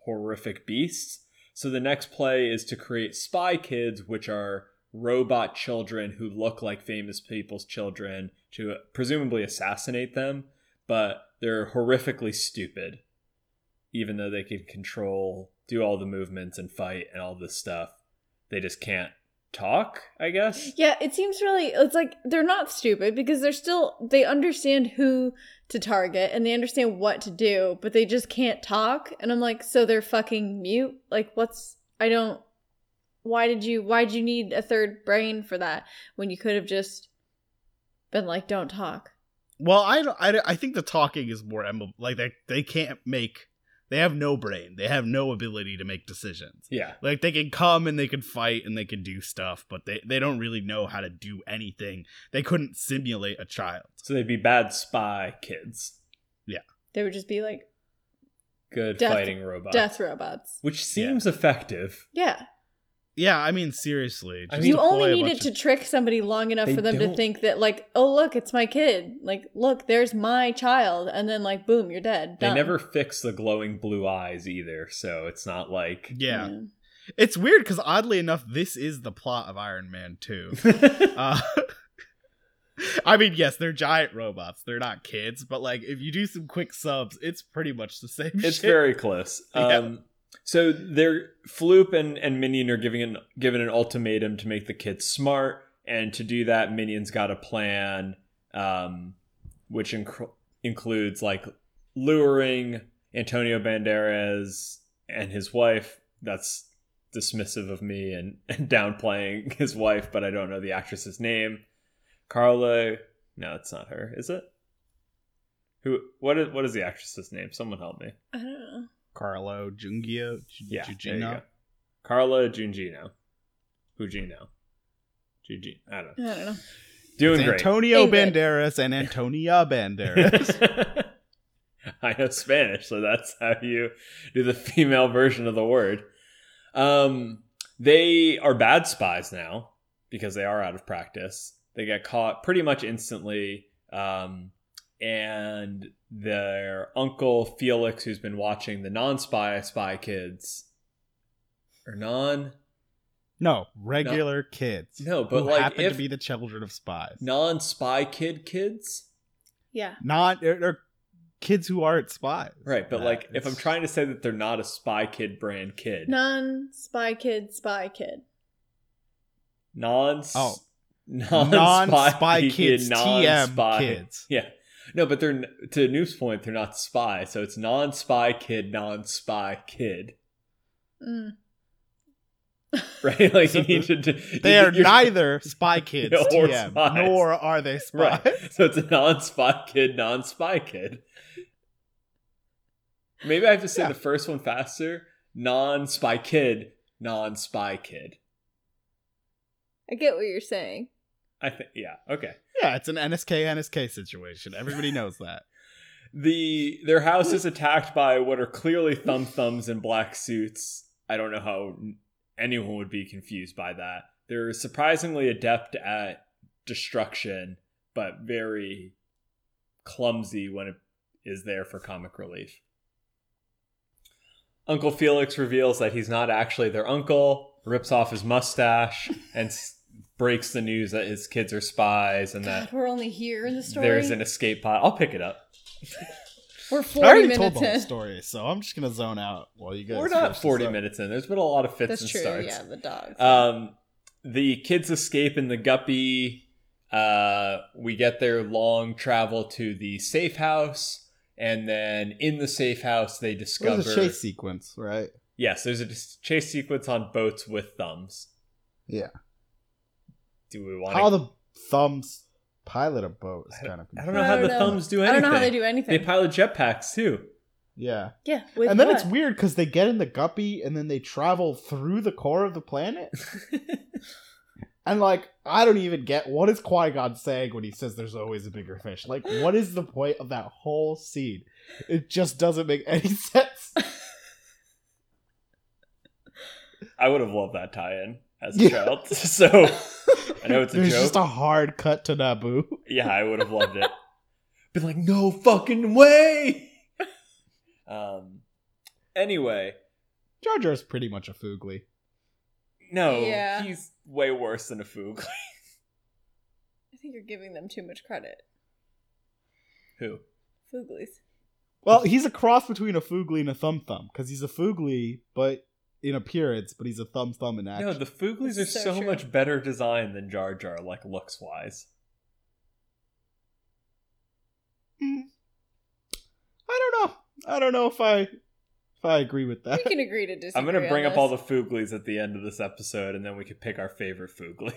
[SPEAKER 1] horrific beasts. So the next play is to create spy kids, which are robot children who look like famous people's children, to presumably assassinate them, but they're horrifically stupid even though they can control, do all the movements and fight and all this stuff, they just can't talk, I guess.
[SPEAKER 2] Yeah, it seems really it's like they're not stupid because they're still they understand who to target and they understand what to do, but they just can't talk. And I'm like, so they're fucking mute? Like what's I don't why did you why'd you need a third brain for that when you could have just been like, don't talk.
[SPEAKER 3] Well, I don't- I, don't- I think the talking is more emblem. Like they they can't make. They have no brain. They have no ability to make decisions.
[SPEAKER 1] Yeah.
[SPEAKER 3] Like they can come and they can fight and they can do stuff, but they they don't really know how to do anything. They couldn't simulate a child.
[SPEAKER 1] So they'd be bad spy kids.
[SPEAKER 2] They would just be like
[SPEAKER 1] Good
[SPEAKER 2] Death-
[SPEAKER 1] fighting robots.
[SPEAKER 2] death robots.
[SPEAKER 1] Which seems effective.
[SPEAKER 2] Yeah.
[SPEAKER 3] Yeah, I mean seriously.
[SPEAKER 1] I
[SPEAKER 3] just
[SPEAKER 1] mean-
[SPEAKER 2] You
[SPEAKER 3] deploy
[SPEAKER 2] only
[SPEAKER 3] a
[SPEAKER 2] need
[SPEAKER 3] bunch
[SPEAKER 2] it
[SPEAKER 3] of-
[SPEAKER 2] to trick somebody long enough
[SPEAKER 1] They
[SPEAKER 2] for them to
[SPEAKER 1] don't-
[SPEAKER 2] think that, like, oh, look, it's my kid. Like, look, there's my child. And then, like, boom, you're dead.
[SPEAKER 1] They
[SPEAKER 2] Done.
[SPEAKER 1] never fix the glowing blue eyes either, so it's not like
[SPEAKER 3] Yeah. It's weird because oddly enough, this is the plot of Iron Man 2. Uh, I mean, yes, they're giant robots. They're not kids, but like if you do some quick subs, it's pretty much the same
[SPEAKER 1] it's
[SPEAKER 3] shit.
[SPEAKER 1] very close.
[SPEAKER 3] Yeah.
[SPEAKER 1] Um, So they're Floop and, and Minion are giving an given an ultimatum to make the kids smart, and to do that, Minion's got a plan, um, which inc- includes like luring Antonio Banderas and his wife. That's dismissive of me and, and downplaying his wife, but I don't know the actress's name. Carla, no, it's not her, is it? Who? What is what is the actress's name? Someone help me.
[SPEAKER 2] I don't know.
[SPEAKER 3] Carlo Jungio
[SPEAKER 1] Yeah, there you
[SPEAKER 3] Jugino?
[SPEAKER 1] go. Carla Jungino. Gugino. Gugino. I don't know.
[SPEAKER 2] I don't know.
[SPEAKER 1] Doing
[SPEAKER 3] It's
[SPEAKER 1] great.
[SPEAKER 3] Antonio
[SPEAKER 2] Ingrid.
[SPEAKER 3] Banderas and Antonia Banderas.
[SPEAKER 1] I know Spanish, so that's how you do the female version of the word. Um, they are bad spies now because they are out of practice. They get caught pretty much instantly. Um, and their uncle Felix, who's been watching the non spy spy kids, or non
[SPEAKER 3] no, regular kids.
[SPEAKER 1] No, but
[SPEAKER 3] who
[SPEAKER 1] like
[SPEAKER 3] happen
[SPEAKER 1] if
[SPEAKER 3] to be the children of spies.
[SPEAKER 1] non-spy kid kids,
[SPEAKER 2] Yeah.
[SPEAKER 3] Not they're, they're kids who aren't spies.
[SPEAKER 1] right? But
[SPEAKER 3] Nah,
[SPEAKER 1] like, if
[SPEAKER 3] it's-
[SPEAKER 1] I'm trying to say that they're not a spy kid brand kid,
[SPEAKER 2] Non spy kid, spy kid.
[SPEAKER 1] non
[SPEAKER 3] Oh.
[SPEAKER 1] non
[SPEAKER 3] Non-spy
[SPEAKER 1] spy
[SPEAKER 3] kids,
[SPEAKER 1] kids, non-spy
[SPEAKER 3] TM kids.
[SPEAKER 1] Yeah, no, but they're n- to Noof's point, they're not spy, so it's non-spy kid, non-spy kid,
[SPEAKER 2] Mm.
[SPEAKER 1] right? Like
[SPEAKER 3] So
[SPEAKER 1] you need to. d- you
[SPEAKER 3] They are
[SPEAKER 1] need your-
[SPEAKER 3] neither spy kids,
[SPEAKER 1] Or
[SPEAKER 3] TM,
[SPEAKER 1] spies.
[SPEAKER 3] nor are they spies.
[SPEAKER 1] Right. So it's a non-spy kid, non-spy kid. Maybe I have to say
[SPEAKER 3] Yeah.
[SPEAKER 1] the first one faster. Non-spy kid, non-spy kid.
[SPEAKER 2] I get what you're saying.
[SPEAKER 1] I think yeah, okay.
[SPEAKER 3] Yeah, it's an NSK NSK situation. Everybody knows that.
[SPEAKER 1] The their house is attacked by what are clearly thumb thumbs in black suits. I don't know how anyone would be confused by that. They're surprisingly adept at destruction, but very clumsy when it is there for comic relief. Uncle Felix reveals that he's not actually their uncle, rips off his mustache, and s- breaks the news that his kids are spies and
[SPEAKER 2] God,
[SPEAKER 1] that
[SPEAKER 2] we're only here in the story.
[SPEAKER 1] there's an escape pod. I'll pick it up.
[SPEAKER 2] we're
[SPEAKER 3] I
[SPEAKER 2] 40
[SPEAKER 3] already told
[SPEAKER 2] minutes
[SPEAKER 3] the whole
[SPEAKER 2] in.
[SPEAKER 3] story, so I'm just gonna zone out while you guys.
[SPEAKER 1] We're
[SPEAKER 3] finish
[SPEAKER 1] not
[SPEAKER 3] this
[SPEAKER 1] 40
[SPEAKER 3] up.
[SPEAKER 1] minutes in. There's been a lot of fits
[SPEAKER 2] That's
[SPEAKER 1] and
[SPEAKER 2] true.
[SPEAKER 1] starts.
[SPEAKER 2] Yeah, the dogs.
[SPEAKER 1] Um, the kids escape in the guppy. Uh, we get their long travel to the safe house, and then in the safe house they discover
[SPEAKER 3] There's a chase sequence, right?
[SPEAKER 1] Yes, there's a dis- chase sequence on boats with thumbs.
[SPEAKER 3] Yeah.
[SPEAKER 1] Do we want?
[SPEAKER 3] How the thumbs pilot a boat is kind of.
[SPEAKER 1] I don't know how
[SPEAKER 2] I
[SPEAKER 1] the
[SPEAKER 2] don't know.
[SPEAKER 1] thumbs do
[SPEAKER 2] I
[SPEAKER 1] anything.
[SPEAKER 2] don't know how they do anything.
[SPEAKER 1] They pilot jetpacks too.
[SPEAKER 3] Yeah,
[SPEAKER 2] yeah, with
[SPEAKER 3] and then
[SPEAKER 2] what?
[SPEAKER 3] it's weird because they get in the guppy and then they travel through the core of the planet. And like, I don't even get what is Qui Gon saying when he says there's always a bigger fish. Like, what is the point of that whole scene? It just doesn't make any sense.
[SPEAKER 1] I would have loved that tie-in as a
[SPEAKER 3] Yeah.
[SPEAKER 1] child. So I know it's a
[SPEAKER 3] there's
[SPEAKER 1] joke.
[SPEAKER 3] just a hard cut to Naboo.
[SPEAKER 1] yeah, I would have loved it. Been like, no fucking way. Um. Anyway,
[SPEAKER 3] Jar Jar's pretty much a Foogly.
[SPEAKER 1] no,
[SPEAKER 2] Yeah.
[SPEAKER 1] he's way worse than a foog.
[SPEAKER 2] I think you're giving them too much credit.
[SPEAKER 1] Who?
[SPEAKER 2] Fooglies.
[SPEAKER 3] Well, he's a cross between a Foogly and a Thumb Thumb because he's a Foogly, but in appearance, but he's a Thumb Thumb in action.
[SPEAKER 1] No, the Fooglies are
[SPEAKER 2] That's
[SPEAKER 1] so,
[SPEAKER 2] so true.
[SPEAKER 1] much better designed than Jar Jar, like looks wise.
[SPEAKER 3] I don't know. I don't know if I if I agree with that.
[SPEAKER 2] We can agree to disagree.
[SPEAKER 1] I'm gonna bring
[SPEAKER 2] on
[SPEAKER 1] up all the
[SPEAKER 2] this.
[SPEAKER 1] Fooglies at the end of this episode, and then we can pick our favorite Foogly.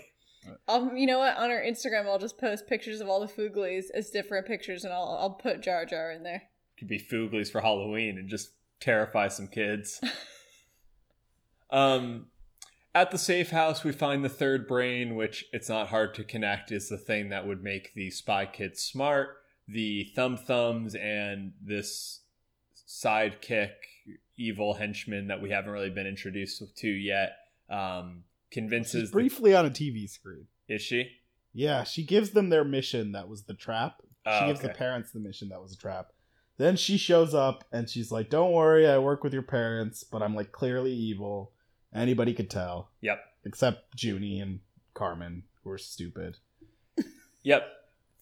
[SPEAKER 2] Um, you know what? On our Instagram, I'll just post pictures of all the Fooglies as different pictures, and I'll I'll put Jar Jar in there.
[SPEAKER 1] Could be Fooglies for Halloween and just terrify some kids. um, at the safe house, we find the third brain, which it's not hard to connect is the thing that would make the spy kids smart. The thumb thumbs and this sidekick evil henchman that we haven't really been introduced to yet um,
[SPEAKER 3] She's
[SPEAKER 1] convinces. the-
[SPEAKER 3] briefly on a TV screen.
[SPEAKER 1] is she?
[SPEAKER 3] Yeah, she gives them their mission that was the trap. she
[SPEAKER 1] Oh,
[SPEAKER 3] gives
[SPEAKER 1] okay.
[SPEAKER 3] the parents the mission that was a trap. Then she shows up and she's like, "Don't worry, I work with your parents, but I'm like clearly evil. Anybody could tell."
[SPEAKER 1] Yep.
[SPEAKER 3] Except Junie and Carmen, who are stupid.
[SPEAKER 1] Yep.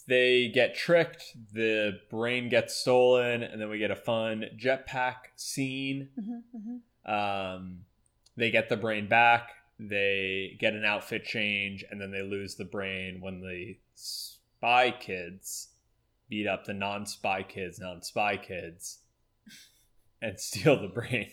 [SPEAKER 1] They get tricked, the brain gets stolen, and then we get a fun jetpack scene.
[SPEAKER 2] Mm-hmm,
[SPEAKER 1] Um, they get the brain back, they get an outfit change, and then they lose the brain when the spy kids beat up the non spy kids, non spy kids, and steal the brain.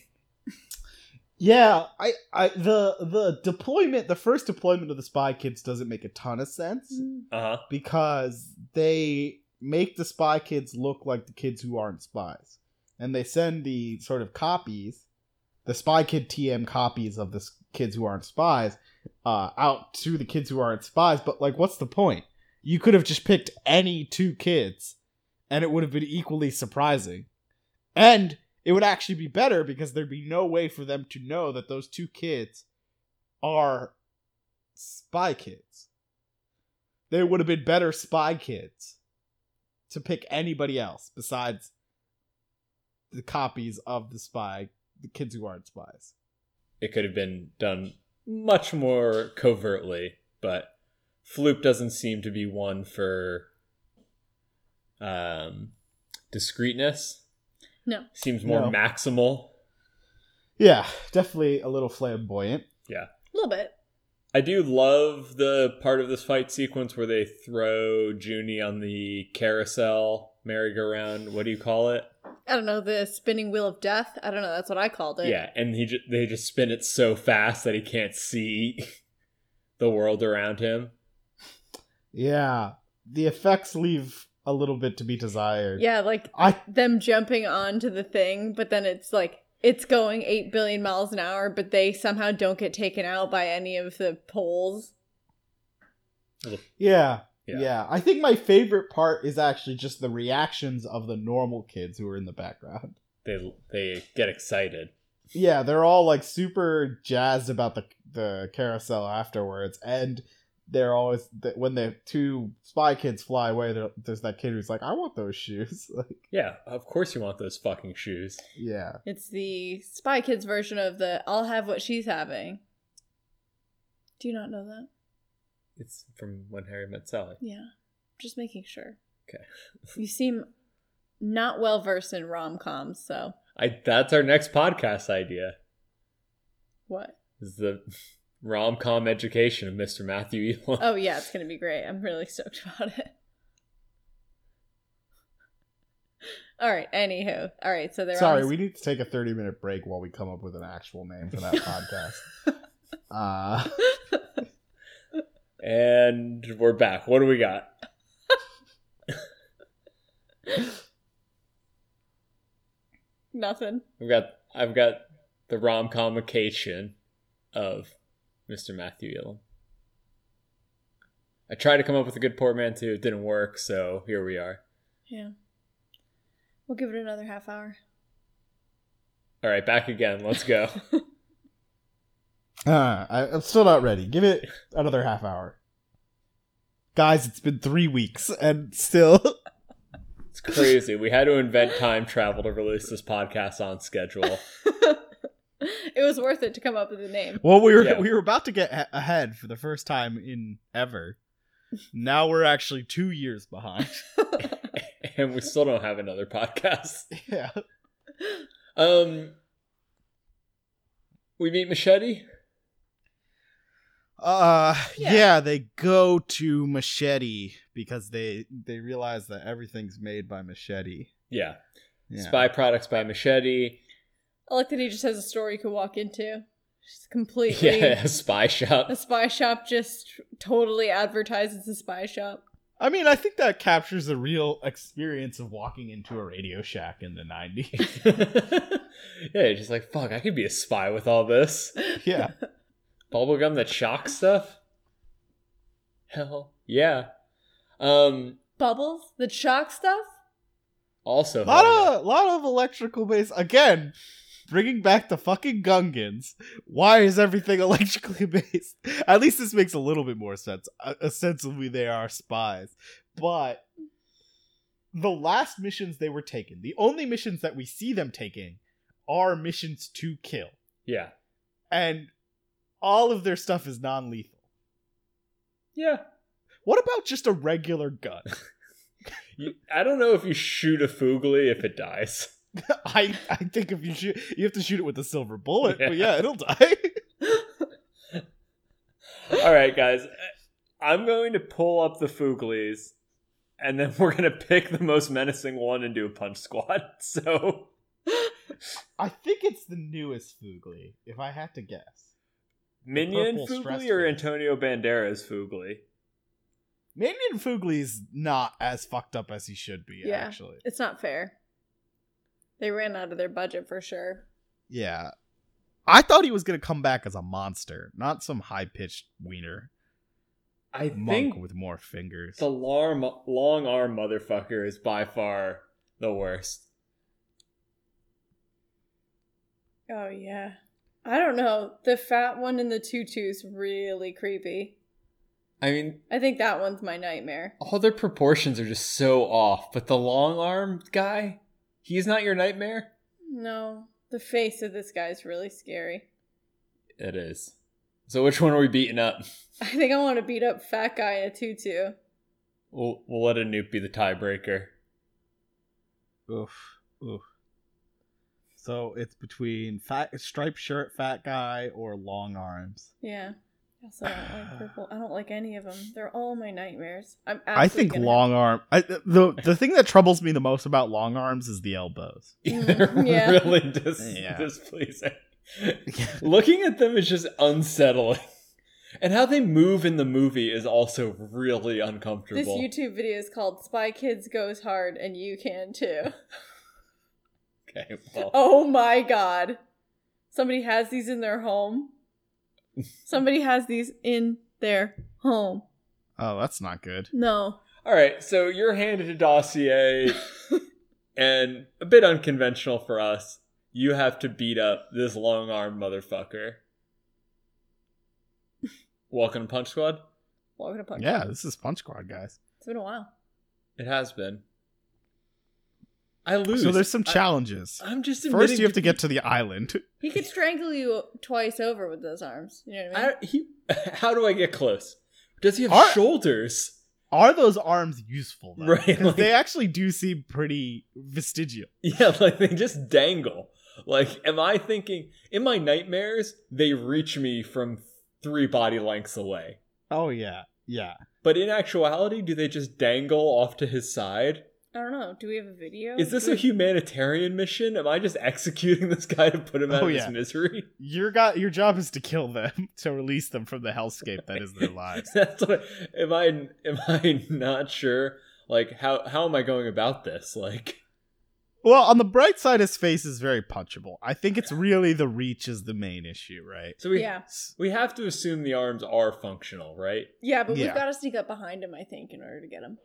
[SPEAKER 3] Yeah, I, I, the the deployment, the first deployment of the Spy Kids doesn't make a ton of sense
[SPEAKER 2] Mm.
[SPEAKER 1] Uh huh.
[SPEAKER 3] because they make the Spy Kids look like the kids who aren't spies, and they send the sort of copies, the Spy Kid TM copies of the s- kids who aren't spies, uh, out to the kids who aren't spies. But like, what's the point? You could have just picked any two kids, and it would have been equally surprising, and it would actually be better because there'd be no way for them to know that those two kids are spy kids. They would have been better spy kids to pick anybody else besides the copies of the spy, the kids who aren't spies.
[SPEAKER 1] it could have been done much more covertly, but Floop doesn't seem to be one for um, discreetness.
[SPEAKER 2] No.
[SPEAKER 1] Seems more
[SPEAKER 3] No.
[SPEAKER 1] maximal.
[SPEAKER 3] Yeah, definitely a little flamboyant.
[SPEAKER 2] A little bit.
[SPEAKER 1] I do love the part of this fight sequence where they throw Junie on the carousel merry-go-round. What do you call it?
[SPEAKER 2] I don't know the spinning wheel of death. I don't know. That's what I called it.
[SPEAKER 1] yeah, and he ju- they just spin it so fast that he can't see the world around him.
[SPEAKER 3] Yeah, the effects leave a little bit to be desired.
[SPEAKER 2] Yeah, like
[SPEAKER 3] I
[SPEAKER 2] them jumping onto the thing, but then it's like it's going 8 billion miles an hour, but they somehow don't get taken out by any of the poles.
[SPEAKER 3] Yeah,
[SPEAKER 1] Yeah.
[SPEAKER 3] yeah. I think my favorite part is actually just the reactions of the normal kids who are in the background.
[SPEAKER 1] They they get excited.
[SPEAKER 3] Yeah, they're all like super jazzed about the the carousel afterwards and they're always that when the two spy kids fly away. there- There's that kid who's like, "I want those shoes." like,
[SPEAKER 1] Yeah, of course you want those fucking shoes.
[SPEAKER 3] yeah,
[SPEAKER 2] It's the Spy Kids version of the I'll have what she's having. Do you not know that?
[SPEAKER 1] It's from when Harry met Sally.
[SPEAKER 2] Yeah. Just making sure.
[SPEAKER 1] Okay.
[SPEAKER 2] you seem not well versed in rom coms, so
[SPEAKER 1] I that's our next podcast idea.
[SPEAKER 2] what?
[SPEAKER 1] Is the rom com education of Mr. Matthew Elon.
[SPEAKER 2] Oh, yeah, it's going to be great. I'm really stoked about it. All right, anywho. All right, so they're
[SPEAKER 3] Sorry,
[SPEAKER 2] on
[SPEAKER 3] we need to take a 30 minute break while we come up with an actual name for that podcast. Uh,
[SPEAKER 1] And we're back. What do we got?
[SPEAKER 2] nothing.
[SPEAKER 1] I've got I've got the rom comication of Mr. Matthew Elam. I tried to come up with a good portmanteau, it didn't work, so here we are.
[SPEAKER 2] Yeah. We'll give it another half hour.
[SPEAKER 1] All right, back again. Let's go.
[SPEAKER 3] uh, I, I'm still not ready. Give it another half hour. Guys, it's been three weeks and still.
[SPEAKER 1] It's crazy. We had to invent time travel to release this podcast on schedule.
[SPEAKER 2] it was worth it to come up with a name.
[SPEAKER 4] Well, we were
[SPEAKER 1] Yeah.
[SPEAKER 4] we were about to get a- ahead for the first time in ever. Now we're actually two years behind.
[SPEAKER 1] And we still don't have another podcast.
[SPEAKER 3] yeah.
[SPEAKER 1] Um We meet Machete.
[SPEAKER 4] Uh,
[SPEAKER 2] Yeah.
[SPEAKER 4] yeah. they go to Machete because they they realize that everything's made by Machete.
[SPEAKER 1] Yeah.
[SPEAKER 4] Yeah.
[SPEAKER 1] Spy products by Machete.
[SPEAKER 2] I like that he just has a store you could walk into. Just completely
[SPEAKER 1] Yeah, spy shop.
[SPEAKER 2] a spy shop just totally advertises a spy shop.
[SPEAKER 3] I mean, I think that captures the real experience of walking into a Radio Shack in the 90s.
[SPEAKER 1] yeah, you're just like, fuck, I could be a spy with all this.
[SPEAKER 3] yeah.
[SPEAKER 1] Bubblegum that shocks stuff? Hell yeah. Um
[SPEAKER 2] Bubbles? The shock stuff?
[SPEAKER 1] also
[SPEAKER 3] lot
[SPEAKER 1] hell yeah.
[SPEAKER 3] of lot of electrical base again bringing back the fucking gungans why is everything electrically based at least this makes a little bit more sense Uh, ostensibly they are spies but the last missions they were taken the only missions that we see them taking are missions to kill
[SPEAKER 1] Yeah.
[SPEAKER 3] and all of their stuff is non-lethal
[SPEAKER 1] Yeah.
[SPEAKER 3] what about just a regular gun
[SPEAKER 1] You, I don't know if you shoot a Fugly if it dies.
[SPEAKER 3] i i think if you shoot you have to shoot it with a silver bullet but
[SPEAKER 1] Yeah.
[SPEAKER 3] yeah it'll die
[SPEAKER 1] All right, guys. I'm going to pull up the Fuglies, and then we're going to pick the most menacing one and do a punch squad. So,
[SPEAKER 3] I think it's the newest Fugly, if I had to guess.
[SPEAKER 1] Minion
[SPEAKER 3] purple stress
[SPEAKER 1] Fugly or
[SPEAKER 3] ball.
[SPEAKER 1] Antonio Banderas Fugly?
[SPEAKER 3] Minion Fugly's not as fucked up as he should be,
[SPEAKER 2] Yeah.
[SPEAKER 3] actually.
[SPEAKER 2] It's not fair. They ran out of their budget for sure.
[SPEAKER 3] Yeah. I thought he was gonna come back as a monster, not some high pitched wiener
[SPEAKER 1] I
[SPEAKER 3] monk
[SPEAKER 1] think
[SPEAKER 3] with more fingers.
[SPEAKER 1] the long, long arm motherfucker is by far the worst.
[SPEAKER 2] Oh yeah. I don't know. The fat one in the tutu's really creepy.
[SPEAKER 1] I mean,
[SPEAKER 2] I think that one's my nightmare.
[SPEAKER 1] all their proportions are just so off, but the long arm guy, he's not your nightmare?
[SPEAKER 2] No. The face of this guy's really scary.
[SPEAKER 1] It is. So, which one are we beating up?
[SPEAKER 2] I think I want to beat up fat guy in a tutu.
[SPEAKER 1] We'll, we'll let a nuke be the tiebreaker.
[SPEAKER 3] Oof.
[SPEAKER 4] So it's between fat striped shirt, fat guy, or long arms.
[SPEAKER 2] Yeah. Also, I don't like purple. I don't like any of them. They're all my nightmares. I'm.
[SPEAKER 4] I
[SPEAKER 2] absolutely
[SPEAKER 4] think
[SPEAKER 2] gonna
[SPEAKER 4] long arm. I, the the thing that troubles me the most about long arms is the elbows.
[SPEAKER 1] They're
[SPEAKER 2] Mm, yeah.
[SPEAKER 1] really dis-
[SPEAKER 4] Yeah.
[SPEAKER 1] displeasing. Looking at them is just unsettling. And how they move in the movie is also really
[SPEAKER 2] Have, this
[SPEAKER 1] uncomfortable.
[SPEAKER 2] YouTube video is called "Spy Kids Goes Hard" and you can too.
[SPEAKER 1] okay, well,
[SPEAKER 2] Oh my god! Somebody has these in their home. Somebody has these in their home.
[SPEAKER 4] Oh, that's not good.
[SPEAKER 2] No.
[SPEAKER 1] All right, so you're handed a dossier and a bit unconventional for us. You have to beat up this long arm motherfucker. Welcome to Punch Squad.
[SPEAKER 2] Welcome to Punch.
[SPEAKER 5] Yeah, this is Punch Squad, guys.
[SPEAKER 2] It's been a while.
[SPEAKER 1] It has been. I lose.
[SPEAKER 5] So there's some
[SPEAKER 1] I-
[SPEAKER 5] challenges.
[SPEAKER 1] I'm just
[SPEAKER 5] First,
[SPEAKER 1] admitting
[SPEAKER 5] you have to get to the island.
[SPEAKER 2] He could strangle you twice over with those arms. You know what I mean?
[SPEAKER 1] I, he, how do I get close? Does he have
[SPEAKER 3] Are-
[SPEAKER 1] shoulders?
[SPEAKER 3] Are those arms useful? Though?
[SPEAKER 1] Right,
[SPEAKER 3] 'Cause
[SPEAKER 1] like-
[SPEAKER 3] they actually do seem pretty vestigial.
[SPEAKER 1] Yeah, like they just dangle. Like, am I thinking in my nightmares they reach me from three body lengths away?
[SPEAKER 3] Oh yeah, yeah.
[SPEAKER 1] But in actuality, do they just dangle off to his side?
[SPEAKER 2] I, don't know. Do we have a video?
[SPEAKER 1] Is this a humanitarian mission? Am I just executing this guy to put him out
[SPEAKER 3] Oh,
[SPEAKER 1] of
[SPEAKER 3] yeah.
[SPEAKER 1] his misery?
[SPEAKER 3] Your got your job is to kill them to release them from the hellscape that is their lives.
[SPEAKER 1] That's what. Am I? Am I not sure? Like, how how am I going about this? Like,
[SPEAKER 3] Well, on the bright side, his face is very punchable. I think it's really the reach is the main issue, right?
[SPEAKER 1] so we
[SPEAKER 2] Yeah.
[SPEAKER 1] we have to assume the arms are functional, right?
[SPEAKER 2] Yeah, but
[SPEAKER 3] Yeah.
[SPEAKER 2] we've got to sneak up behind him, I think, in order to get him.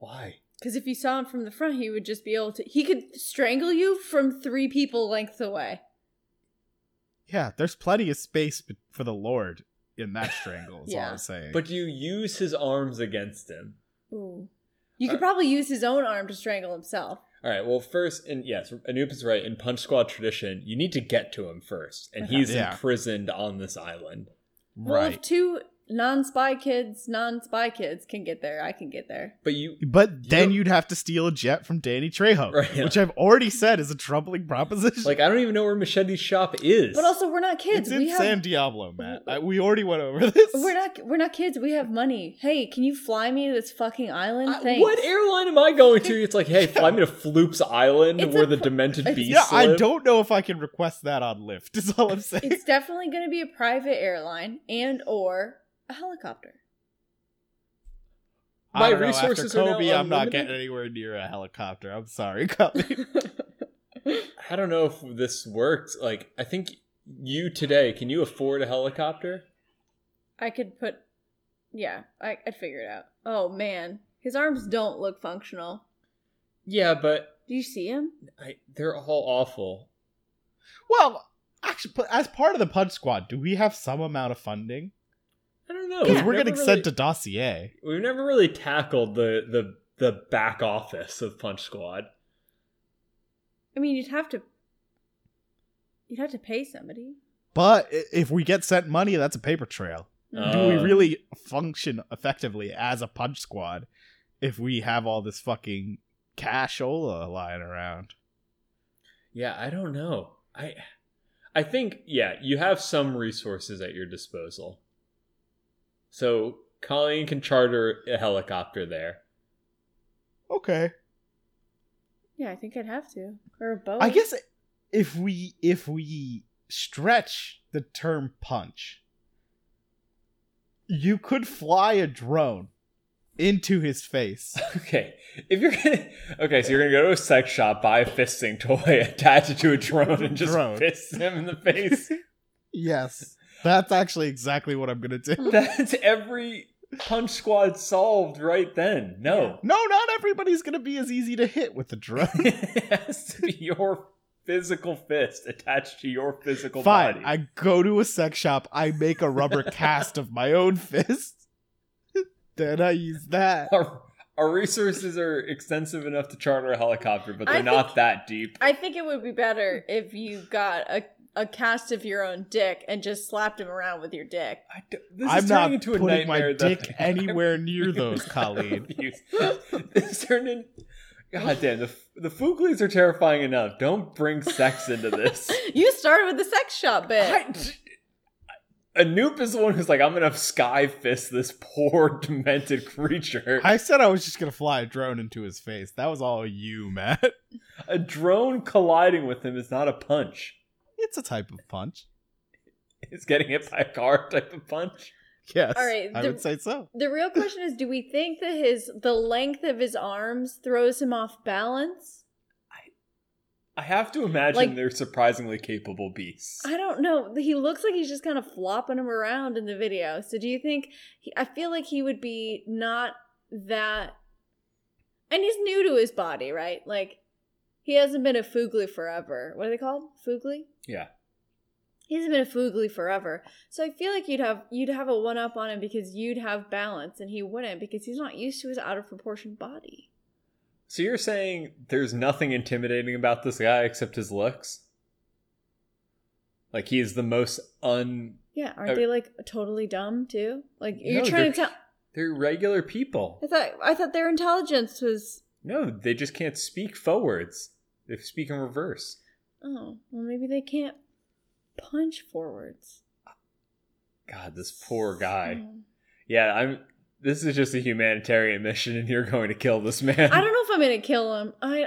[SPEAKER 1] Why?
[SPEAKER 2] Because if you saw him from the front, he would just be able to. He could strangle you from three people lengths away.
[SPEAKER 3] Yeah, there's plenty of space b- for the Lord in that strangle. Is all
[SPEAKER 2] Yeah.
[SPEAKER 3] I'm saying.
[SPEAKER 1] But do you use his arms against him?
[SPEAKER 2] Ooh. You
[SPEAKER 3] Uh,
[SPEAKER 2] could probably use his own arm to strangle himself.
[SPEAKER 1] All right. Well, first, and yes, Anoop is right. In Punch Squad tradition, you need to get to him first, and
[SPEAKER 2] Okay.
[SPEAKER 1] he's
[SPEAKER 3] Yeah.
[SPEAKER 1] imprisoned on this island.
[SPEAKER 2] Well,
[SPEAKER 3] right.
[SPEAKER 2] if two non spy kids, non spy kids can get there, I can get there.
[SPEAKER 1] But you,
[SPEAKER 3] But then
[SPEAKER 1] You-
[SPEAKER 3] you'd have to steal a jet from Danny Trejo,
[SPEAKER 1] Right, yeah.
[SPEAKER 3] which I've already said is a troubling proposition.
[SPEAKER 1] like, I don't even know where Machete's shop is.
[SPEAKER 2] But also, we're not kids.
[SPEAKER 3] it's in
[SPEAKER 2] we have,
[SPEAKER 3] San Diablo, Matt. I, we already went over this.
[SPEAKER 2] We're not we're not kids. We have money. Hey, can you fly me to this fucking island?
[SPEAKER 1] I-
[SPEAKER 2] Thanks.
[SPEAKER 1] what airline am I going to? It's like, hey, fly me to Floop's Island,
[SPEAKER 2] It's
[SPEAKER 1] where
[SPEAKER 2] a
[SPEAKER 1] the
[SPEAKER 2] pr-
[SPEAKER 1] demented
[SPEAKER 2] it's-
[SPEAKER 1] beasts
[SPEAKER 3] yeah, I
[SPEAKER 1] live.
[SPEAKER 3] don't know if I can request that on Lyft. Is all I'm saying.
[SPEAKER 2] It's definitely going to be a private airline and or a helicopter.
[SPEAKER 1] My
[SPEAKER 3] I don't know, after
[SPEAKER 1] resources are now
[SPEAKER 3] Kobe, I'm not
[SPEAKER 1] unlimited?
[SPEAKER 3] getting anywhere near a helicopter. I'm sorry, Kobe.
[SPEAKER 1] I don't know if this works. Like, I think you today can you afford a helicopter?
[SPEAKER 2] I could put Yeah, I I'd figure it out. Oh man, his arms don't look functional.
[SPEAKER 1] Yeah, but
[SPEAKER 2] Do you see him?
[SPEAKER 1] I, they're all awful.
[SPEAKER 3] well, actually, but as part of the Punch Squad, do we have some amount of funding?
[SPEAKER 1] I don't know.
[SPEAKER 3] Because
[SPEAKER 1] We've
[SPEAKER 3] we're
[SPEAKER 1] never
[SPEAKER 3] getting
[SPEAKER 1] really-
[SPEAKER 3] sent to dossier.
[SPEAKER 1] We've never really tackled the the the back office of Punch Squad.
[SPEAKER 2] I mean, you'd have to you'd have to pay somebody.
[SPEAKER 3] But i- if we get sent money, that's a paper trail. Oh.
[SPEAKER 2] Mm-hmm.
[SPEAKER 3] do we
[SPEAKER 1] Uh,
[SPEAKER 3] really function effectively as a Punch Squad if we have all this fucking cashola lying around?
[SPEAKER 1] Yeah, I don't know. I I think yeah, you have some resources at your disposal. So Colleen can charter a helicopter there.
[SPEAKER 3] Okay.
[SPEAKER 2] Yeah, I think I'd have to. Or a boat.
[SPEAKER 3] I guess if we if we stretch the term punch, you could fly a drone into his face.
[SPEAKER 1] Okay. If you're gonna Okay, so you're gonna go to a sex shop, buy a fisting toy, attach it to a drone, and just
[SPEAKER 3] Drone.
[SPEAKER 1] fist him in the face.
[SPEAKER 3] yes. That's actually exactly what I'm gonna do.
[SPEAKER 1] That's every punch squad solved right then. No.
[SPEAKER 3] No, not everybody's gonna be as easy to hit with the drone.
[SPEAKER 1] it has to be your physical fist attached to your physical
[SPEAKER 3] Fine.
[SPEAKER 1] body.
[SPEAKER 3] I go to a sex shop, I make a rubber cast of my own fist. then I use that.
[SPEAKER 1] our, our resources are extensive enough to charter a helicopter, but they're
[SPEAKER 2] I
[SPEAKER 1] not
[SPEAKER 2] think-
[SPEAKER 1] that deep.
[SPEAKER 2] I think it would be better if you got a a cast of your own dick and just slapped him around with your dick.
[SPEAKER 1] I d- this
[SPEAKER 3] I'm
[SPEAKER 1] is
[SPEAKER 3] not
[SPEAKER 1] turning into a
[SPEAKER 3] putting my
[SPEAKER 1] nightmare
[SPEAKER 3] dick
[SPEAKER 1] that-
[SPEAKER 3] anywhere near those, Colleen.
[SPEAKER 1] this turned in. God damn, the, the Fuglies are terrifying enough. Don't bring sex into this.
[SPEAKER 2] You started with the sex shop bit.
[SPEAKER 1] I, Anoop is the one who's like, I'm going to sky fist this poor, demented creature.
[SPEAKER 3] I said I was just gonna fly a drone into his face. That was all you, Matt.
[SPEAKER 1] a drone colliding with him is not a punch.
[SPEAKER 3] It's a type of punch.
[SPEAKER 1] It's getting hit by a car type of punch.
[SPEAKER 3] Yes.
[SPEAKER 2] All right,
[SPEAKER 3] I
[SPEAKER 2] the-
[SPEAKER 3] would say so.
[SPEAKER 2] the real question is do we think that his the length of his arms throws him off balance?
[SPEAKER 1] I have to imagine
[SPEAKER 2] Like-
[SPEAKER 1] they're surprisingly capable beasts.
[SPEAKER 2] I don't know. He looks like he's just kind of flopping him around in the video. So do you think he, I feel like he would be not that and he's new to his body, right? Like he hasn't been a Foogly forever. What are they called? Foogly?
[SPEAKER 1] Yeah.
[SPEAKER 2] He's been a Foogly forever, so I feel like you'd have you'd have a one up on him because you'd have balance, and he wouldn't because he's not used to his out of proportion body.
[SPEAKER 1] So you're saying there's nothing intimidating about this guy except his looks? Like he is the most un
[SPEAKER 2] Yeah, aren't
[SPEAKER 1] Oh.
[SPEAKER 2] they like totally dumb too? Like you're
[SPEAKER 1] No,
[SPEAKER 2] trying to
[SPEAKER 1] they're-
[SPEAKER 2] tell.
[SPEAKER 1] they're regular people.
[SPEAKER 2] I thought I thought their intelligence was.
[SPEAKER 1] No, they just can't speak forwards. They speak in reverse.
[SPEAKER 2] Oh well, maybe they can't punch forwards.
[SPEAKER 1] God, this poor guy.
[SPEAKER 2] Oh.
[SPEAKER 1] Yeah, I'm this is just a humanitarian mission and you're going to kill this man.
[SPEAKER 2] I don't know if I'm gonna kill him. I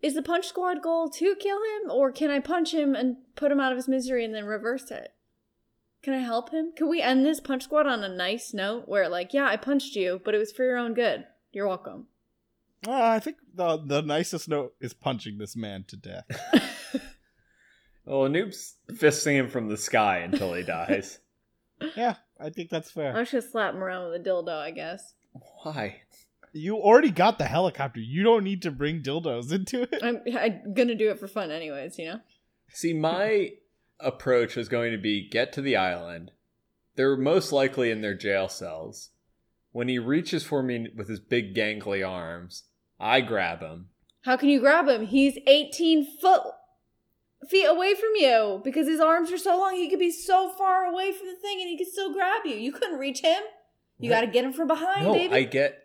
[SPEAKER 2] is the punch squad goal to kill him, or can I punch him and put him out of his misery and then reverse it? Can I help him? Can we end this punch squad on a nice note where like, yeah, I punched you, but it was for your own good. You're welcome.
[SPEAKER 6] Ah, I think the the nicest note is punching this man to death.
[SPEAKER 1] Well, Noob's fisting him from the sky until he dies.
[SPEAKER 6] yeah, I think that's
[SPEAKER 2] I
[SPEAKER 6] fair.
[SPEAKER 2] should slap him around with a dildo, I guess.
[SPEAKER 1] Why?
[SPEAKER 6] You already got the helicopter. You don't need to bring dildos into it.
[SPEAKER 2] I'm, I'm gonna do it for fun, anyways. You know.
[SPEAKER 1] See, my approach was going to be get to the island. They're most likely in their jail cells. When he reaches for me with his big gangly arms, I grab him.
[SPEAKER 2] How can you grab him? He's 18 foot feet away from you because his arms are so long. He could be so far away from the thing and he could still grab you. You couldn't reach him. You got to get him from behind,
[SPEAKER 1] No,
[SPEAKER 2] baby.
[SPEAKER 1] I get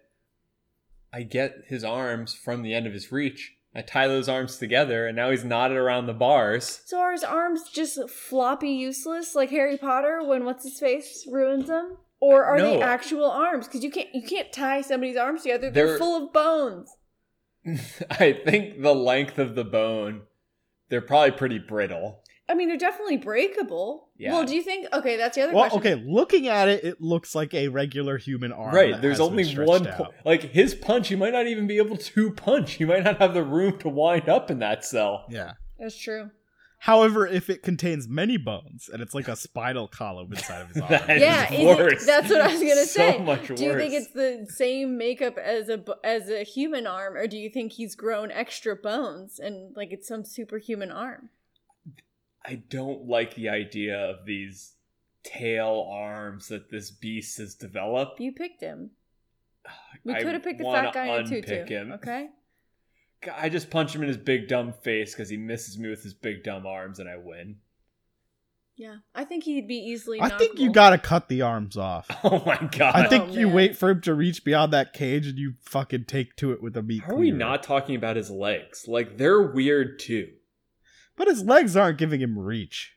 [SPEAKER 1] I get his arms from the end of his reach. I tie those arms together and now he's knotted around the bars.
[SPEAKER 2] so are his arms just floppy useless like Harry Potter when what's his face ruins them? Or are they
[SPEAKER 1] No.
[SPEAKER 2] actual arms? Because you can't you can't tie somebody's arms together. They're,
[SPEAKER 1] They're-
[SPEAKER 2] full of bones.
[SPEAKER 1] I think the length of the bone, they're probably pretty brittle.
[SPEAKER 2] I mean, they're definitely breakable.
[SPEAKER 1] Yeah.
[SPEAKER 2] Well, do you think? Okay, that's the other
[SPEAKER 3] Well,
[SPEAKER 2] question.
[SPEAKER 3] okay, looking at it, it looks like a regular human arm.
[SPEAKER 1] Right,
[SPEAKER 3] that
[SPEAKER 1] there's
[SPEAKER 3] has been
[SPEAKER 1] only
[SPEAKER 3] stretched
[SPEAKER 1] one
[SPEAKER 3] out.
[SPEAKER 1] po- like his punch. He might not even be able to punch. He might not have the room to wind up in that cell.
[SPEAKER 3] Yeah.
[SPEAKER 2] That's true.
[SPEAKER 3] However, if it contains many bones and it's like a spinal column inside of his arm,
[SPEAKER 1] That is
[SPEAKER 2] Yeah, is it-
[SPEAKER 1] worse.
[SPEAKER 2] that's what I was gonna
[SPEAKER 1] so
[SPEAKER 2] say.
[SPEAKER 1] much worse.
[SPEAKER 2] Do you think it's the same makeup as a bu- as a human arm, or do you think he's grown extra bones and like it's some superhuman arm?
[SPEAKER 1] I don't like the idea of these tail arms that this beast has developed.
[SPEAKER 2] You picked him. We
[SPEAKER 1] I
[SPEAKER 2] could have picked the
[SPEAKER 1] wanna
[SPEAKER 2] fat guy in a tutu.
[SPEAKER 1] unpick him.
[SPEAKER 2] Okay.
[SPEAKER 1] God, I just punch him in his big dumb face because he misses me with his big dumb arms, and I win.
[SPEAKER 2] Yeah, I think he'd be easily.
[SPEAKER 3] I think you
[SPEAKER 2] knockable.
[SPEAKER 3] gotta cut the arms off.
[SPEAKER 1] Oh my god!
[SPEAKER 3] I think
[SPEAKER 2] Oh,
[SPEAKER 3] you
[SPEAKER 2] man.
[SPEAKER 3] wait for him to reach beyond that cage and you fucking take to it with a meat.
[SPEAKER 1] How are we
[SPEAKER 3] cleaver.
[SPEAKER 1] not talking about his legs? Like they're weird too.
[SPEAKER 3] But his legs aren't giving him reach.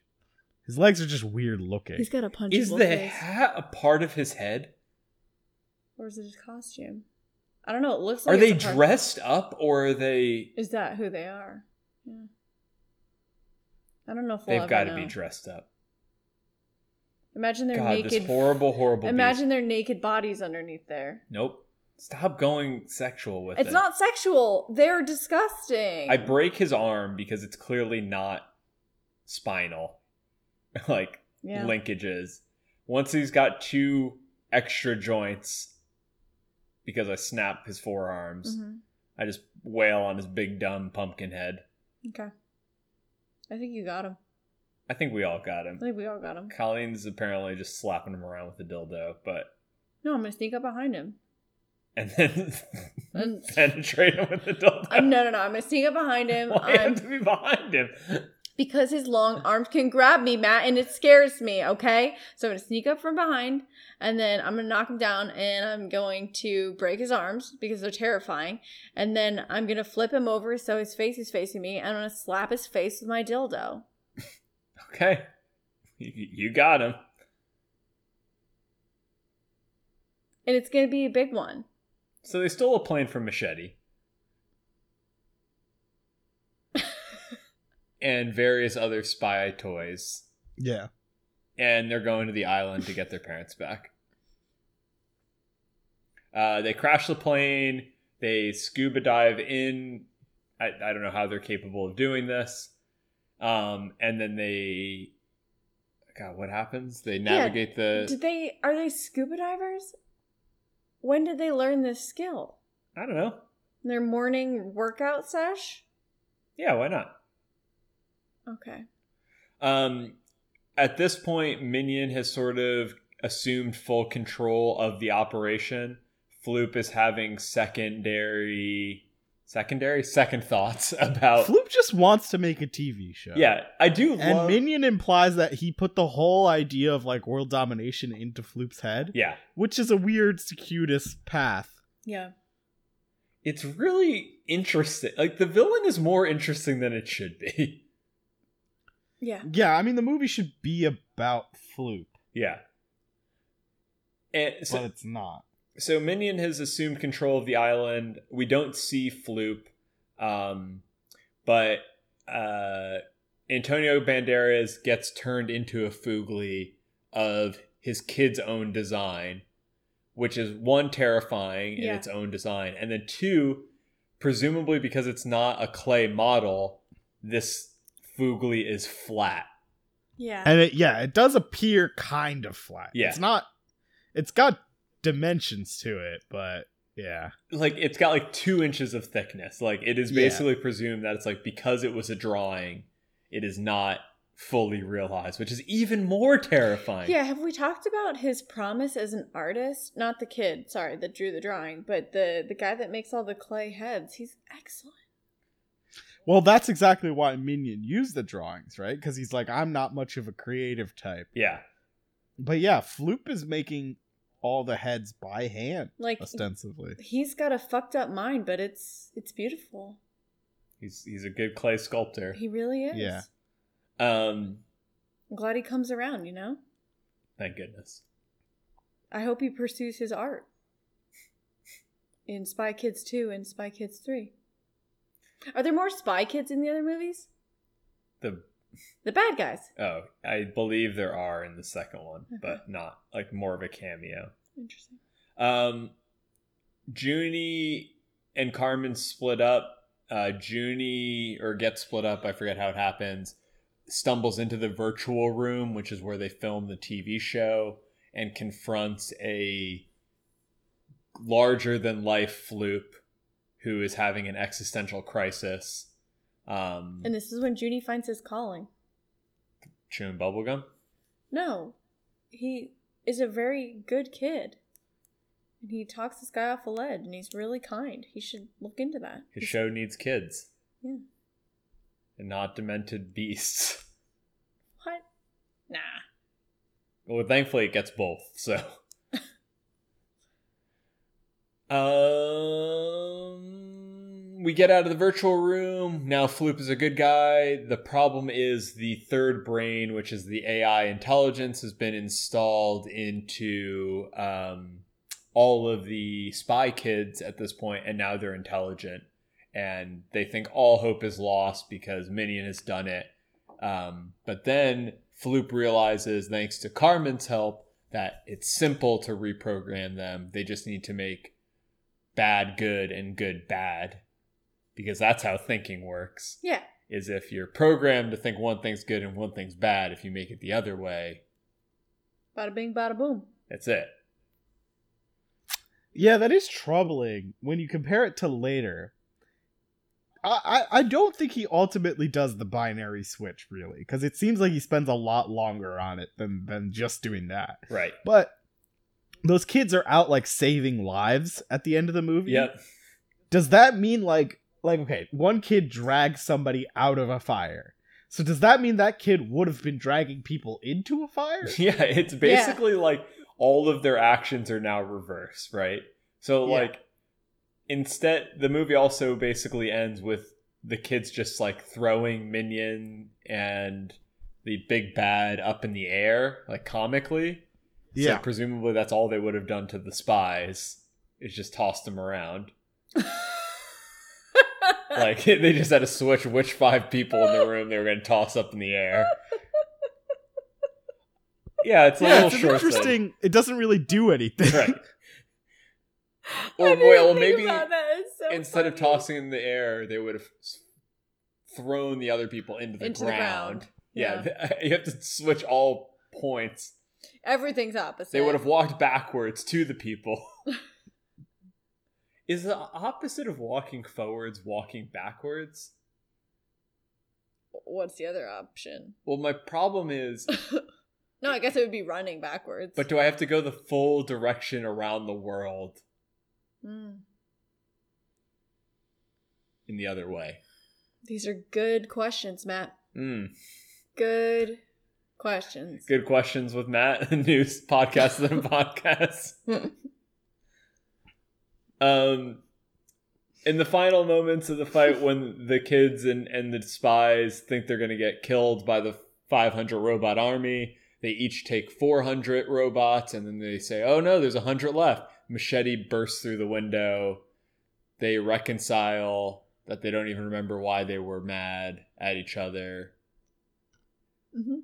[SPEAKER 3] His legs are just weird looking.
[SPEAKER 2] He's got a punchable
[SPEAKER 1] Is the
[SPEAKER 2] face,
[SPEAKER 1] hat a part of his head?
[SPEAKER 2] or is it his costume? I don't know. It looks. like
[SPEAKER 1] Are they
[SPEAKER 2] it's a part-
[SPEAKER 1] dressed up or are they?
[SPEAKER 2] Is that who they are? Yeah. I don't know if we'll
[SPEAKER 1] They've got to be
[SPEAKER 2] dressed.
[SPEAKER 1] dressed up.
[SPEAKER 2] Imagine their
[SPEAKER 1] God,
[SPEAKER 2] naked.
[SPEAKER 1] this horrible, horrible.
[SPEAKER 2] imagine
[SPEAKER 1] Beast.
[SPEAKER 2] their naked bodies underneath there. Mm-hmm. Uh,
[SPEAKER 1] Uh, Um, Um, at this point, Minion has sort of assumed full control of the operation. Floop is having secondary, secondary, second thoughts about.
[SPEAKER 3] Floop just wants to make a TV show.
[SPEAKER 1] Yeah, I do
[SPEAKER 3] And
[SPEAKER 1] love.
[SPEAKER 3] Minion implies that he put the whole idea of like world domination into Floop's head,
[SPEAKER 1] yeah,
[SPEAKER 3] which is a weird, circuitous path.
[SPEAKER 2] Yeah.
[SPEAKER 1] it's really interesting. Like the villain is more interesting than it should be.
[SPEAKER 2] Yeah.
[SPEAKER 3] Yeah, I mean the movie should be about Floop,
[SPEAKER 1] yeah. And so,
[SPEAKER 3] but it's not.
[SPEAKER 1] so Minion has assumed control of the island. We don't see Floop, um, but uh, Antonio Banderas gets turned into a Foogly of his kid's own design, which is one terrifying in
[SPEAKER 2] Yeah.
[SPEAKER 1] its own design, and then two, presumably because it's not a clay model, this Foogly is flat.
[SPEAKER 2] Yeah.
[SPEAKER 3] And it, yeah, it does appear kind of flat.
[SPEAKER 1] Yeah.
[SPEAKER 3] It's not it's got dimensions to it, but yeah.
[SPEAKER 1] like it's got like two inches of thickness. Like it is
[SPEAKER 3] Yeah.
[SPEAKER 1] basically presumed that it's like because it was a drawing, it is not fully realized, which is even more terrifying.
[SPEAKER 2] yeah, have we talked about his promise as an artist? Not the kid, sorry, that drew the drawing, but the the guy that makes all the clay heads. He's excellent.
[SPEAKER 3] Well, that's exactly why Minion used the drawings, right? Cuz he's like I'm not much of a creative type.
[SPEAKER 1] Yeah.
[SPEAKER 3] But yeah, Floop is making all the heads by hand
[SPEAKER 2] Like
[SPEAKER 3] ostensibly.
[SPEAKER 2] he's got a fucked up mind, but it's it's beautiful.
[SPEAKER 1] He's he's a good clay sculptor.
[SPEAKER 2] He really is.
[SPEAKER 3] Yeah.
[SPEAKER 1] Um
[SPEAKER 2] I'm glad he comes around, you know?
[SPEAKER 1] thank goodness.
[SPEAKER 2] I hope he pursues his art in Spy Kids 2 and Spy Kids 3. Are there more Spy Kids in the other movies?
[SPEAKER 1] The
[SPEAKER 2] The bad guys.
[SPEAKER 1] oh, I believe there are in the second one,
[SPEAKER 2] Uh-huh.
[SPEAKER 1] but not like more of a cameo.
[SPEAKER 2] Interesting.
[SPEAKER 1] Um, Junie and Carmen split up. Uh, Junie or gets split up. I forget how it happens. Stumbles into the virtual room, which is where they film the TV show, and confronts a larger than life floop who is having an existential crisis. Um,
[SPEAKER 2] And this is when Junie finds his calling.
[SPEAKER 1] chewing bubblegum.
[SPEAKER 2] No, he is a very good kid. And he talks this guy off a ledge, and he's really kind. He should look into that.
[SPEAKER 1] His show needs kids
[SPEAKER 2] Yeah.
[SPEAKER 1] and not demented beasts.
[SPEAKER 2] What? Nah.
[SPEAKER 1] Well, thankfully, it gets both. So, um, we get out of the virtual room. Now, Floop is a good guy. The problem is the third brain, which is the AI intelligence, has been installed into um, all of the spy kids at this point, and now they're intelligent. And they think all hope is lost because Minion has done it. Um, but then Floop realizes, thanks to Carmen's help, that it's simple to reprogram them. They just need to make bad good and good bad, because that's how thinking works.
[SPEAKER 2] Yeah.
[SPEAKER 1] Is if you're programmed to think one thing's good and one thing's bad, if you make it the other way,
[SPEAKER 2] Bada bing, bada boom.
[SPEAKER 1] that's it.
[SPEAKER 3] Yeah, that is troubling when you compare it to later. I, I, I don't think he ultimately does the binary switch really, because it seems like he spends a lot longer on it than than just doing that.
[SPEAKER 1] Right.
[SPEAKER 3] But those kids are out like saving lives at the end of the movie.
[SPEAKER 1] Yep.
[SPEAKER 3] Does that mean like like okay, one kid drags somebody out of a fire. So does that mean that kid would have been dragging people into a fire?
[SPEAKER 1] Yeah. It's basically like all of their actions are now reversed, right? So,
[SPEAKER 3] Yeah.
[SPEAKER 1] like, instead, the movie also basically ends with the kids just like throwing Minion and the big bad up in the air, like comically. So presumably that's all they would have done to the spies is just tossed them around. Like they just had to switch which five people in the room they were going to toss up in the air. Yeah, it's a
[SPEAKER 3] Yeah,
[SPEAKER 1] little
[SPEAKER 3] it's an
[SPEAKER 1] short-sighted.
[SPEAKER 3] interesting. It doesn't really do anything.
[SPEAKER 1] Right.
[SPEAKER 2] I
[SPEAKER 1] Or
[SPEAKER 2] didn't
[SPEAKER 1] well,
[SPEAKER 2] think
[SPEAKER 1] maybe
[SPEAKER 2] about that. It's so
[SPEAKER 1] instead of
[SPEAKER 2] funny.
[SPEAKER 1] tossing in the air, they would have s- thrown the other people into the
[SPEAKER 2] Into the
[SPEAKER 1] ground.
[SPEAKER 2] ground.
[SPEAKER 1] Yeah, you have to switch all points.
[SPEAKER 2] Everything's opposite.
[SPEAKER 1] They would have walked backwards to the people. Is the opposite of walking forwards walking backwards?
[SPEAKER 2] what's the other option?
[SPEAKER 1] Well, my problem is,
[SPEAKER 2] No, I guess it would be running backwards.
[SPEAKER 1] but do I have to go the full direction around the world
[SPEAKER 2] Hmm.
[SPEAKER 1] in the other way?
[SPEAKER 2] these are good questions, Matt.
[SPEAKER 1] Mm.
[SPEAKER 2] Good questions.
[SPEAKER 1] Good questions with Matt. News podcasts and podcasts. um, in the final moments of the fight, when the kids and and the spies think they're going to get killed by the 500 robot army, they each take 400 robots, and then they say, "Oh no, there's 100 left." Machete bursts through the window. They reconcile that they don't even remember why they were mad at each other.
[SPEAKER 2] Mhm.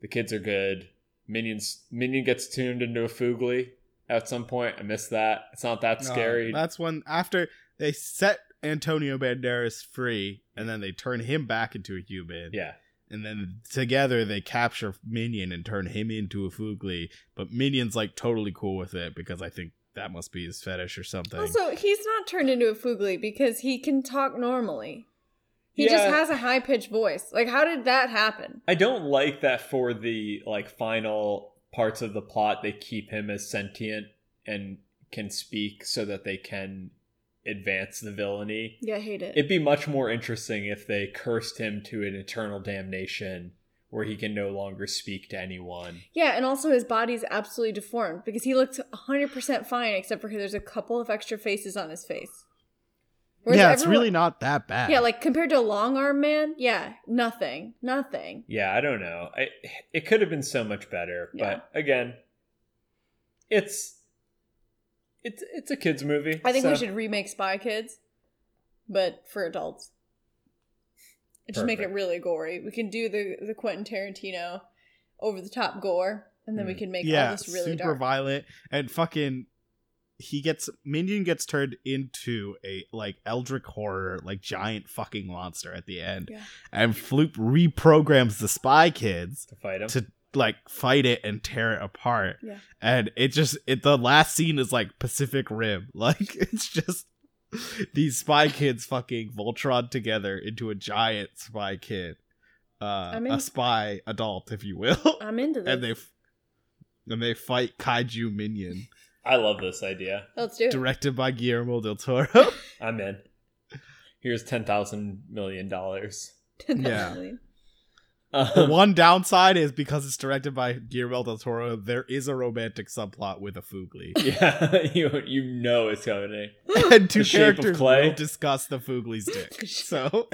[SPEAKER 1] The kids are good. Minions Minion gets tuned into a Foogly at some point. I missed that. It's not that scary.
[SPEAKER 3] No, that's when after they set Antonio Banderas free, and then they turn him back into a human.
[SPEAKER 1] yeah.
[SPEAKER 3] And then together they capture Minion and turn him into a Foogly. But Minion's like totally cool with it because I think that must be his fetish or something.
[SPEAKER 2] Also, he's not turned into a foogly because he can talk normally. He just
[SPEAKER 1] Yeah.
[SPEAKER 2] has a high pitched voice. Like, how did that happen?
[SPEAKER 1] I don't like that for the like final parts of the plot they keep him as sentient and can speak so that they can advance the villainy.
[SPEAKER 2] Yeah, I hate it.
[SPEAKER 1] It'd be much more interesting if they cursed him to an eternal damnation where he can no longer speak to anyone.
[SPEAKER 2] yeah, and also his body's absolutely deformed because he looks 100% fine except for there's a couple of extra faces on his face. Whereas
[SPEAKER 3] yeah, it's
[SPEAKER 2] everyone-
[SPEAKER 3] really not that bad.
[SPEAKER 2] Yeah, like compared to a long arm man, yeah, nothing. Nothing.
[SPEAKER 1] Yeah, I don't know. I, it could have been so much better,
[SPEAKER 2] Yeah.
[SPEAKER 1] but again, it's it's it's a kids movie.
[SPEAKER 2] I think we
[SPEAKER 1] so-
[SPEAKER 2] should remake Spy Kids, but for adults. And Just make it
[SPEAKER 1] Perfect.
[SPEAKER 2] really gory. We can do the the Quentin Tarantino over the top gore, and then we
[SPEAKER 1] Mm.
[SPEAKER 2] can make all
[SPEAKER 3] yeah,
[SPEAKER 2] this really
[SPEAKER 3] super
[SPEAKER 2] dark.
[SPEAKER 3] violent and fucking. He gets Minion gets turned into a like Eldritch horror, like giant fucking monster at the end,
[SPEAKER 2] Yeah.
[SPEAKER 3] and Floop reprograms the Spy Kids
[SPEAKER 1] to fight him.
[SPEAKER 3] to like fight it and tear it apart.
[SPEAKER 2] Yeah.
[SPEAKER 3] And it just it the last scene is like Pacific Rim. Like it's just these spy kids fucking Voltron together into a giant spy kid. Uh
[SPEAKER 2] I'm in-
[SPEAKER 3] a spy adult, if you will.
[SPEAKER 2] I'm into this.
[SPEAKER 3] and they f- and they fight Kaiju Minion,
[SPEAKER 1] I love this idea.
[SPEAKER 2] Let's do it.
[SPEAKER 3] directed by Guillermo del Toro.
[SPEAKER 1] I'm in. Here's ten thousand million dollars.
[SPEAKER 3] yeah. the
[SPEAKER 1] Um,
[SPEAKER 3] one downside is because it's directed by Guillermo del Toro, there is a romantic subplot with a Fugly.
[SPEAKER 1] yeah, you you know it's coming.
[SPEAKER 3] and two
[SPEAKER 1] The Shape of
[SPEAKER 3] characters
[SPEAKER 1] Clay.
[SPEAKER 3] will discuss the Fugly's dick. So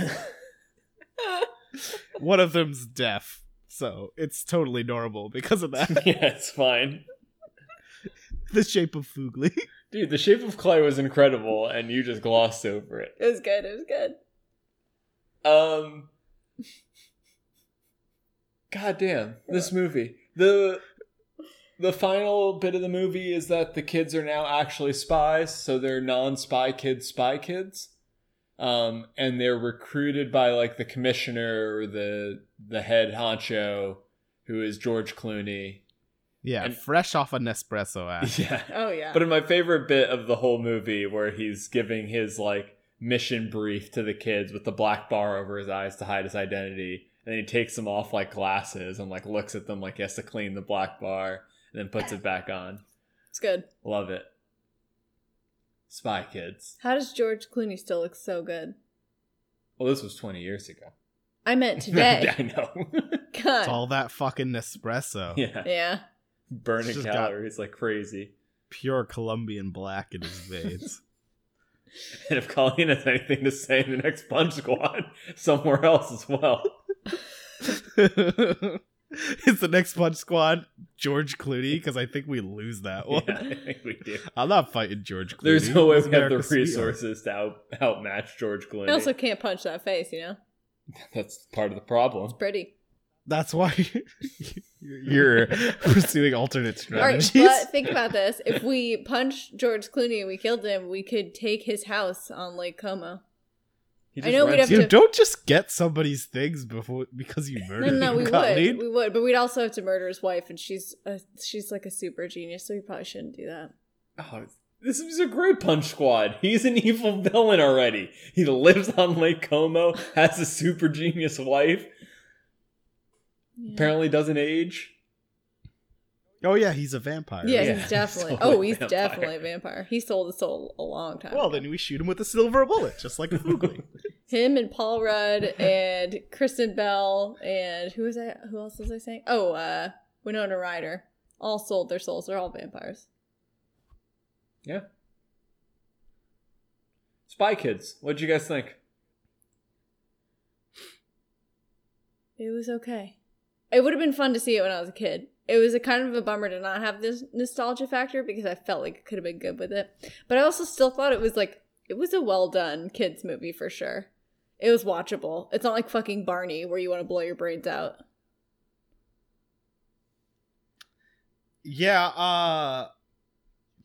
[SPEAKER 3] one of them's deaf, so it's totally normal because of that.
[SPEAKER 1] yeah, it's fine,
[SPEAKER 3] the shape of Fugly.
[SPEAKER 1] dude. The Shape of Clay was incredible, and you just glossed over it.
[SPEAKER 2] It was good. It was good.
[SPEAKER 1] Um, God damn, this movie. The the final bit of the movie is that the kids are now actually spies, so they're non-spy kids, spy kids. Um, and they're recruited by like the commissioner or the the head honcho, who is George Clooney.
[SPEAKER 3] Yeah,
[SPEAKER 1] And-
[SPEAKER 3] fresh off a Nespresso ad.
[SPEAKER 1] Yeah.
[SPEAKER 2] Oh yeah.
[SPEAKER 1] But in my favorite bit of the whole movie, where he's giving his like mission brief to the kids with the black bar over his eyes to hide his identity, and then he takes them off like glasses and like looks at them like he has to clean the black bar, and then puts it back on.
[SPEAKER 2] it's good.
[SPEAKER 1] Love it. Spy Kids.
[SPEAKER 2] How does George Clooney still look so good?
[SPEAKER 1] Well, this was twenty years ago.
[SPEAKER 2] I meant today.
[SPEAKER 1] I know.
[SPEAKER 3] It's
[SPEAKER 2] God.
[SPEAKER 3] all that fucking Nespresso.
[SPEAKER 1] yeah.
[SPEAKER 2] Yeah.
[SPEAKER 1] burning
[SPEAKER 3] It's just got-
[SPEAKER 1] calories like crazy.
[SPEAKER 3] Pure Colombian black in his veins.
[SPEAKER 1] And if Colleen has anything to say in the next Punch Squad, somewhere else as well.
[SPEAKER 3] it's the next Punch Squad, George Clooney, because I think we lose that
[SPEAKER 1] Yeah,
[SPEAKER 3] one.
[SPEAKER 1] I think we do.
[SPEAKER 3] I'm not fighting George Clooney.
[SPEAKER 1] There's no way
[SPEAKER 3] It's
[SPEAKER 1] we have the
[SPEAKER 3] America's sweetheart.
[SPEAKER 1] resources to out, outmatch George Clooney.
[SPEAKER 2] I also can't punch that face. You know,
[SPEAKER 1] That's part of the problem.
[SPEAKER 2] it's pretty.
[SPEAKER 3] That's why you're pursuing alternate
[SPEAKER 2] All right,
[SPEAKER 3] strategies.
[SPEAKER 2] but think about this. If we punched George Clooney and we killed him, we could take his house on Lake Como.
[SPEAKER 1] He
[SPEAKER 2] I know we'd
[SPEAKER 1] rents
[SPEAKER 2] have
[SPEAKER 3] Dude,
[SPEAKER 2] to-
[SPEAKER 3] don't just get somebody's things before because you
[SPEAKER 2] No,
[SPEAKER 3] murdered
[SPEAKER 2] no, no, we
[SPEAKER 3] him,
[SPEAKER 2] would.
[SPEAKER 3] Colleen.
[SPEAKER 2] We would, but we'd also have to murder his wife and she's a, she's like a super genius, so we probably shouldn't do that.
[SPEAKER 1] it. Oh, This is a great punch squad. He's an evil villain already. He lives on Lake Como, has a super genius wife,
[SPEAKER 2] Yeah.
[SPEAKER 1] apparently doesn't age.
[SPEAKER 3] Oh yeah, he's a vampire.
[SPEAKER 2] Yeah,
[SPEAKER 1] Yeah,
[SPEAKER 2] he's definitely.
[SPEAKER 1] he's
[SPEAKER 2] Oh,
[SPEAKER 1] totally
[SPEAKER 2] he's
[SPEAKER 1] a vampire.
[SPEAKER 2] definitely a vampire. He sold his soul a long time.
[SPEAKER 3] Well,
[SPEAKER 2] ago.
[SPEAKER 3] then we shoot him with a silver bullet, just like Fugly.
[SPEAKER 2] him and Paul Rudd and Kristen Bell and who was I? Who else was I saying? Oh, uh, Winona Ryder. All sold their souls. They're all vampires.
[SPEAKER 1] Yeah. Spy Kids, what'd you guys think?
[SPEAKER 2] It was okay. It would have been fun to see it when I was a kid. It was a kind of a bummer to not have this nostalgia factor because I felt like it could have been good with it. But I also still thought it was like it was a well done kids movie for sure. It was watchable. It's not like fucking Barney where you want to blow your brains out.
[SPEAKER 3] yeah, uh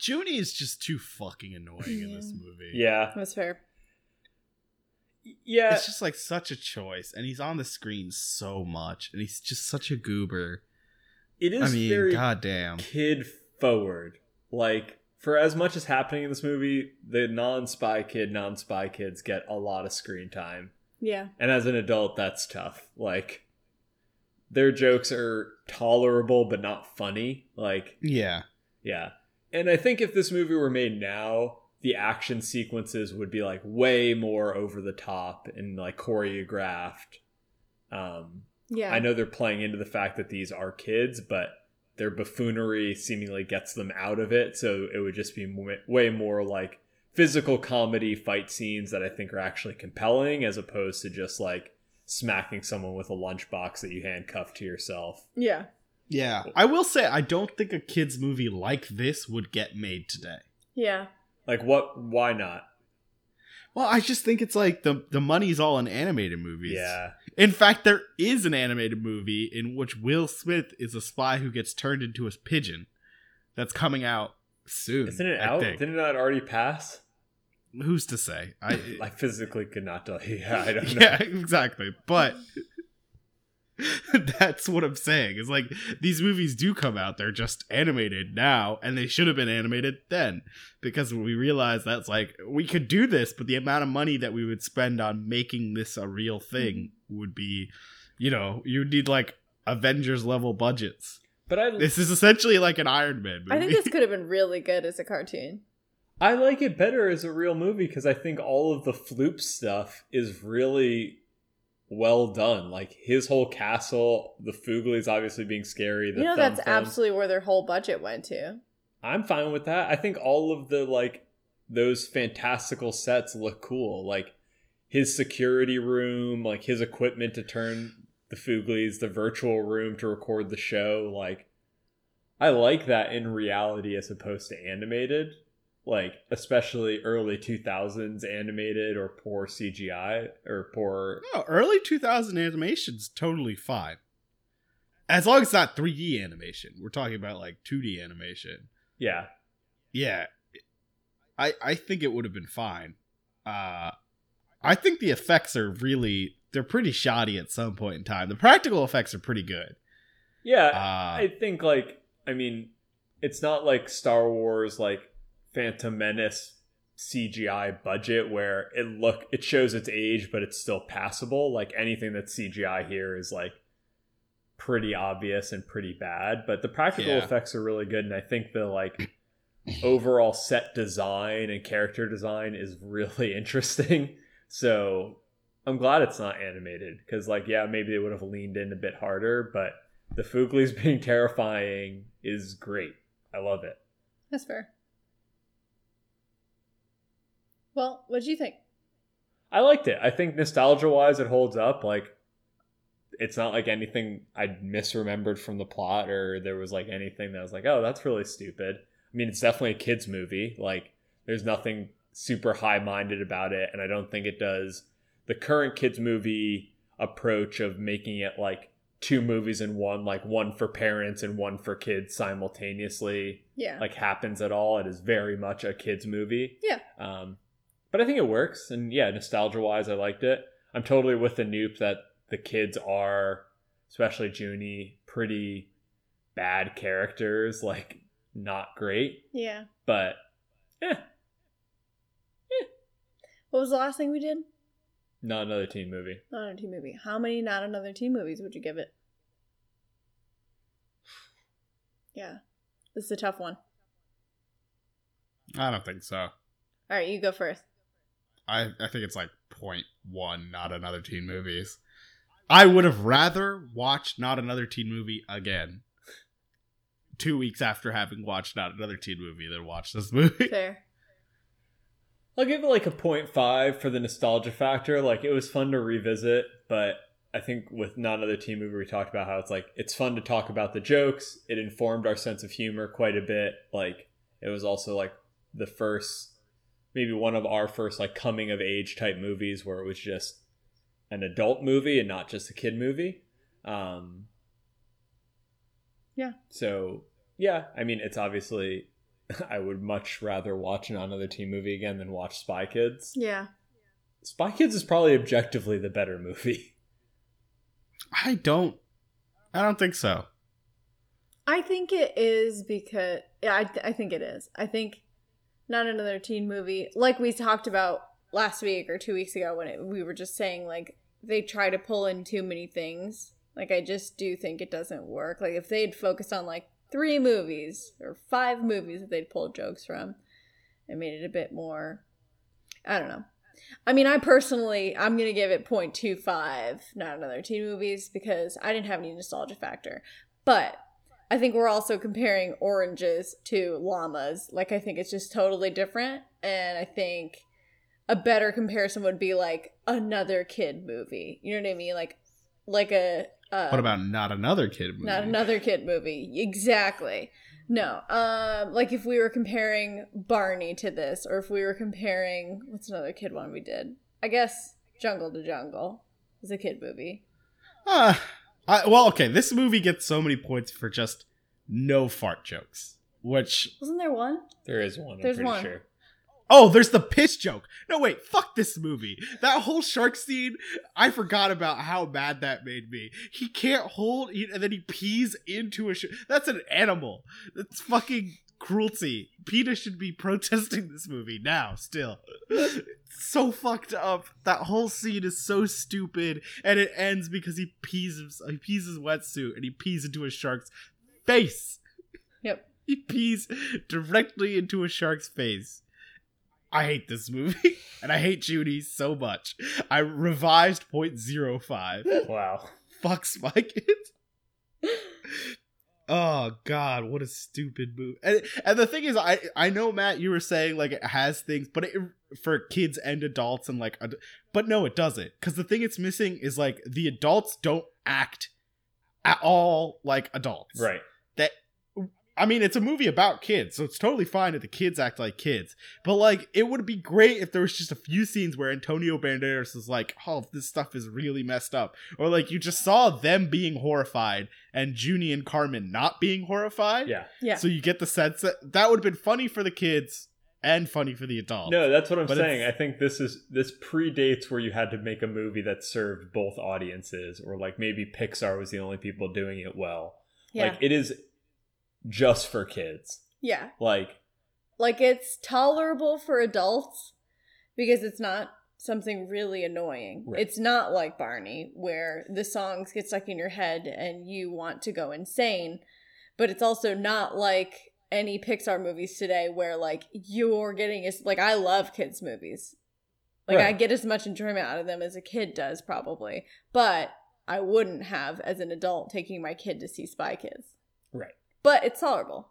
[SPEAKER 3] Junie is just too fucking annoying in this
[SPEAKER 2] Yeah.
[SPEAKER 3] movie.
[SPEAKER 1] Yeah.
[SPEAKER 2] That's fair.
[SPEAKER 1] Yeah.
[SPEAKER 3] It's just like such a choice, and he's on the screen so much, and he's just such a goober.
[SPEAKER 1] It is
[SPEAKER 3] I mean,
[SPEAKER 1] very
[SPEAKER 3] goddamn.
[SPEAKER 1] kid forward. Like, for as much as happening in this movie, the non spy kid, non spy kids get a lot of screen time.
[SPEAKER 2] Yeah.
[SPEAKER 1] And as an adult, that's tough. Like, their jokes are tolerable but not funny. Like,
[SPEAKER 3] Yeah.
[SPEAKER 1] yeah. And I think if this movie were made now, the action sequences would be like way more over the top and like choreographed. Um,
[SPEAKER 2] Yeah.
[SPEAKER 1] I know they're playing into the fact that these are kids, but their buffoonery seemingly gets them out of it. So it would just be mo- way more like physical comedy fight scenes that I think are actually compelling as opposed to just like smacking someone with a lunchbox that you handcuff to yourself.
[SPEAKER 2] Yeah.
[SPEAKER 3] Yeah. I will say I don't think a kids movie like this would get made today.
[SPEAKER 2] Yeah.
[SPEAKER 1] Like, what? Why not?
[SPEAKER 3] Well, I just think it's like the the money's all in animated movies.
[SPEAKER 1] Yeah.
[SPEAKER 3] In fact, there is an animated movie in which Will Smith is a spy who gets turned into a pigeon. That's coming out soon.
[SPEAKER 1] Isn't it
[SPEAKER 3] I
[SPEAKER 1] out?
[SPEAKER 3] think.
[SPEAKER 1] Didn't that already pass?
[SPEAKER 3] Who's to say? I,
[SPEAKER 1] I physically could not tell you. Yeah, I don't know.
[SPEAKER 3] yeah, exactly. But that's what I'm saying. It's like these movies do come out. They're just animated now, and they should have been animated then, because we realize that's like we could do this, but the amount of money that we would spend on making this a real thing
[SPEAKER 2] Mm-hmm.
[SPEAKER 3] would be, you know, you would need like Avengers level budgets.
[SPEAKER 1] But I,
[SPEAKER 3] This is essentially like an Iron Man movie.
[SPEAKER 2] I think this could have been really good as a cartoon.
[SPEAKER 1] I like it better as a real movie because I think all of the floop stuff is really well done. Like his whole castle, the Fuglies obviously being scary. The
[SPEAKER 2] you
[SPEAKER 1] thumb
[SPEAKER 2] know, that's
[SPEAKER 1] thumb.
[SPEAKER 2] absolutely where their whole budget went to.
[SPEAKER 1] I'm fine with that. I think all of the like those fantastical sets look cool. Like his security room, like his equipment to turn the Fuglies, the virtual room to record the show. Like I like that in reality as opposed to animated. Like especially early 2000s animated or poor CGI or poor
[SPEAKER 3] No, Oh, early 2000 animation's totally fine. As long as it's not 3D animation. We're talking about like 2D animation.
[SPEAKER 1] yeah.
[SPEAKER 3] Yeah. I I think it would have been fine. Uh I think the effects are really they're pretty shoddy at some point in time. The practical effects are pretty good.
[SPEAKER 1] Yeah,
[SPEAKER 3] Uh
[SPEAKER 1] I think like I mean, it's not like Star Wars like Phantom Menace CGI budget where it look it shows its age but it's still passable. Like anything that's CGI here is like pretty obvious and pretty bad, but the practical
[SPEAKER 3] Yeah.
[SPEAKER 1] effects are really good and I think the like overall set design and character design is really interesting. So I'm glad it's not animated because, like, yeah, maybe they would have leaned in a bit harder, but the Fuglies being terrifying is great. I love it.
[SPEAKER 2] That's fair. Well, what'd you think?
[SPEAKER 1] I liked it. I think nostalgia wise, it holds up. Like, it's not like anything I misremembered from the plot or there was like anything that was like, oh, that's really stupid. I mean, it's definitely a kid's movie. Like, there's nothing super high minded about it. And I don't think it does the current kids' movie approach of making it like two movies in one, like one for parents and one for kids simultaneously
[SPEAKER 2] Yeah.
[SPEAKER 1] like happens at all. It is very much a kids movie.
[SPEAKER 2] Yeah.
[SPEAKER 1] Um, but I think it works, and yeah, nostalgia wise, I liked it. I'm totally with the noop that the kids are, especially Junie, pretty bad characters, like not great.
[SPEAKER 2] yeah.
[SPEAKER 1] But
[SPEAKER 2] What was the last thing we did?
[SPEAKER 1] Not another teen movie.
[SPEAKER 2] Not another teen movie. How many not another teen movies would you give it? Yeah. This is a tough one.
[SPEAKER 3] I don't think so.
[SPEAKER 2] All right, you go first.
[SPEAKER 3] I, I think it's like point one, not another teen movies. I would have rather watched not another teen movie again. Two weeks after having watched not another teen movie than watch this movie.
[SPEAKER 2] Fair.
[SPEAKER 1] I'll give it like a 0.5 for the nostalgia factor. Like it was fun to revisit, but I think with not another teen movie we talked about how it's like it's fun to talk about the jokes. It informed our sense of humor quite a bit. Like it was also like the first maybe one of our first like coming of age type movies where it was just an adult movie and not just a kid movie. Um
[SPEAKER 2] Yeah.
[SPEAKER 1] So yeah, I mean it's obviously I would much rather watch an another teen movie again than watch Spy Kids.
[SPEAKER 2] Yeah.
[SPEAKER 1] Spy Kids is probably objectively the better movie.
[SPEAKER 3] I don't. I don't think so.
[SPEAKER 2] I think it is because yeah, I I think it is. I think not another teen movie like we talked about last week or two weeks ago when it, we were just saying like they try to pull in too many things. Like I just do think it doesn't work. Like if they'd focused on like three movies or five movies that they'd pulled jokes from and made it a bit more I don't know. I mean, I personally, I'm going to give it 0.25, not another teen movies, because I didn't have any nostalgia factor. But I think we're also comparing oranges to llamas. Like, I think it's just totally different. And I think a better comparison would be like another kid movie. You know what I mean? Like, like a. Uh,
[SPEAKER 3] What about not another kid movie?
[SPEAKER 2] not another kid movie. Exactly. No. Um like if we were comparing Barney to this or if we were comparing what's another kid one we did? I guess Jungle to Jungle is a kid movie.
[SPEAKER 3] Uh, I, well, okay. This movie gets so many points for just no fart jokes. Which
[SPEAKER 2] Wasn't there one?
[SPEAKER 1] There is one, I'm
[SPEAKER 2] There's
[SPEAKER 1] pretty
[SPEAKER 2] one.
[SPEAKER 1] sure.
[SPEAKER 3] oh, there's the piss joke. No, wait. Fuck this movie. That whole shark scene. I forgot about how mad that made me. He can't hold, he, and then he pees into a. Sh- That's an animal. That's fucking cruelty. PETA should be protesting this movie now. Still, It's so fucked up. That whole scene is so stupid, and it ends because he pees. His, he pees his wetsuit, and he pees into a shark's face.
[SPEAKER 2] Yep.
[SPEAKER 3] He pees directly into a shark's face. I hate this movie, and I hate Judy so much. I revised 0.05.
[SPEAKER 1] Wow.
[SPEAKER 3] Fuck Spike It. Oh God, what a stupid movie! And, and the thing is, I I know Matt, you were saying like it has things, but it for kids and adults and like, ad- but no, it doesn't. Because the thing it's missing is like the adults don't act at all like adults,
[SPEAKER 1] Right.
[SPEAKER 3] I mean, it's a movie about kids, so it's totally fine if the kids act like kids. But like, it would be great if there was just a few scenes where Antonio Banderas is like, "Oh, this stuff is really messed up," or like you just saw them being horrified and Junie and Carmen not being horrified.
[SPEAKER 1] Yeah.
[SPEAKER 2] Yeah.
[SPEAKER 3] So you get the sense that that would have been funny for the kids and funny for the adults.
[SPEAKER 1] No, that's what I'm
[SPEAKER 3] But
[SPEAKER 1] saying. I
[SPEAKER 3] it's-
[SPEAKER 1] think this is this predates where you had to make a movie that served both audiences, or like maybe Pixar was the only people doing it well.
[SPEAKER 2] yeah.
[SPEAKER 1] Like it is just for kids.
[SPEAKER 2] yeah.
[SPEAKER 1] Like
[SPEAKER 2] Like it's tolerable for adults because it's not something really annoying.
[SPEAKER 1] Right.
[SPEAKER 2] It's not like Barney where the songs get stuck in your head and you want to go insane, but it's also not like any Pixar movies today where like you're getting is like I love kids movies. Like I
[SPEAKER 1] Right.
[SPEAKER 2] get as much enjoyment out of them as a kid does probably, but I wouldn't have as an adult taking my kid to see Spy Kids.
[SPEAKER 1] Right.
[SPEAKER 2] But it's tolerable.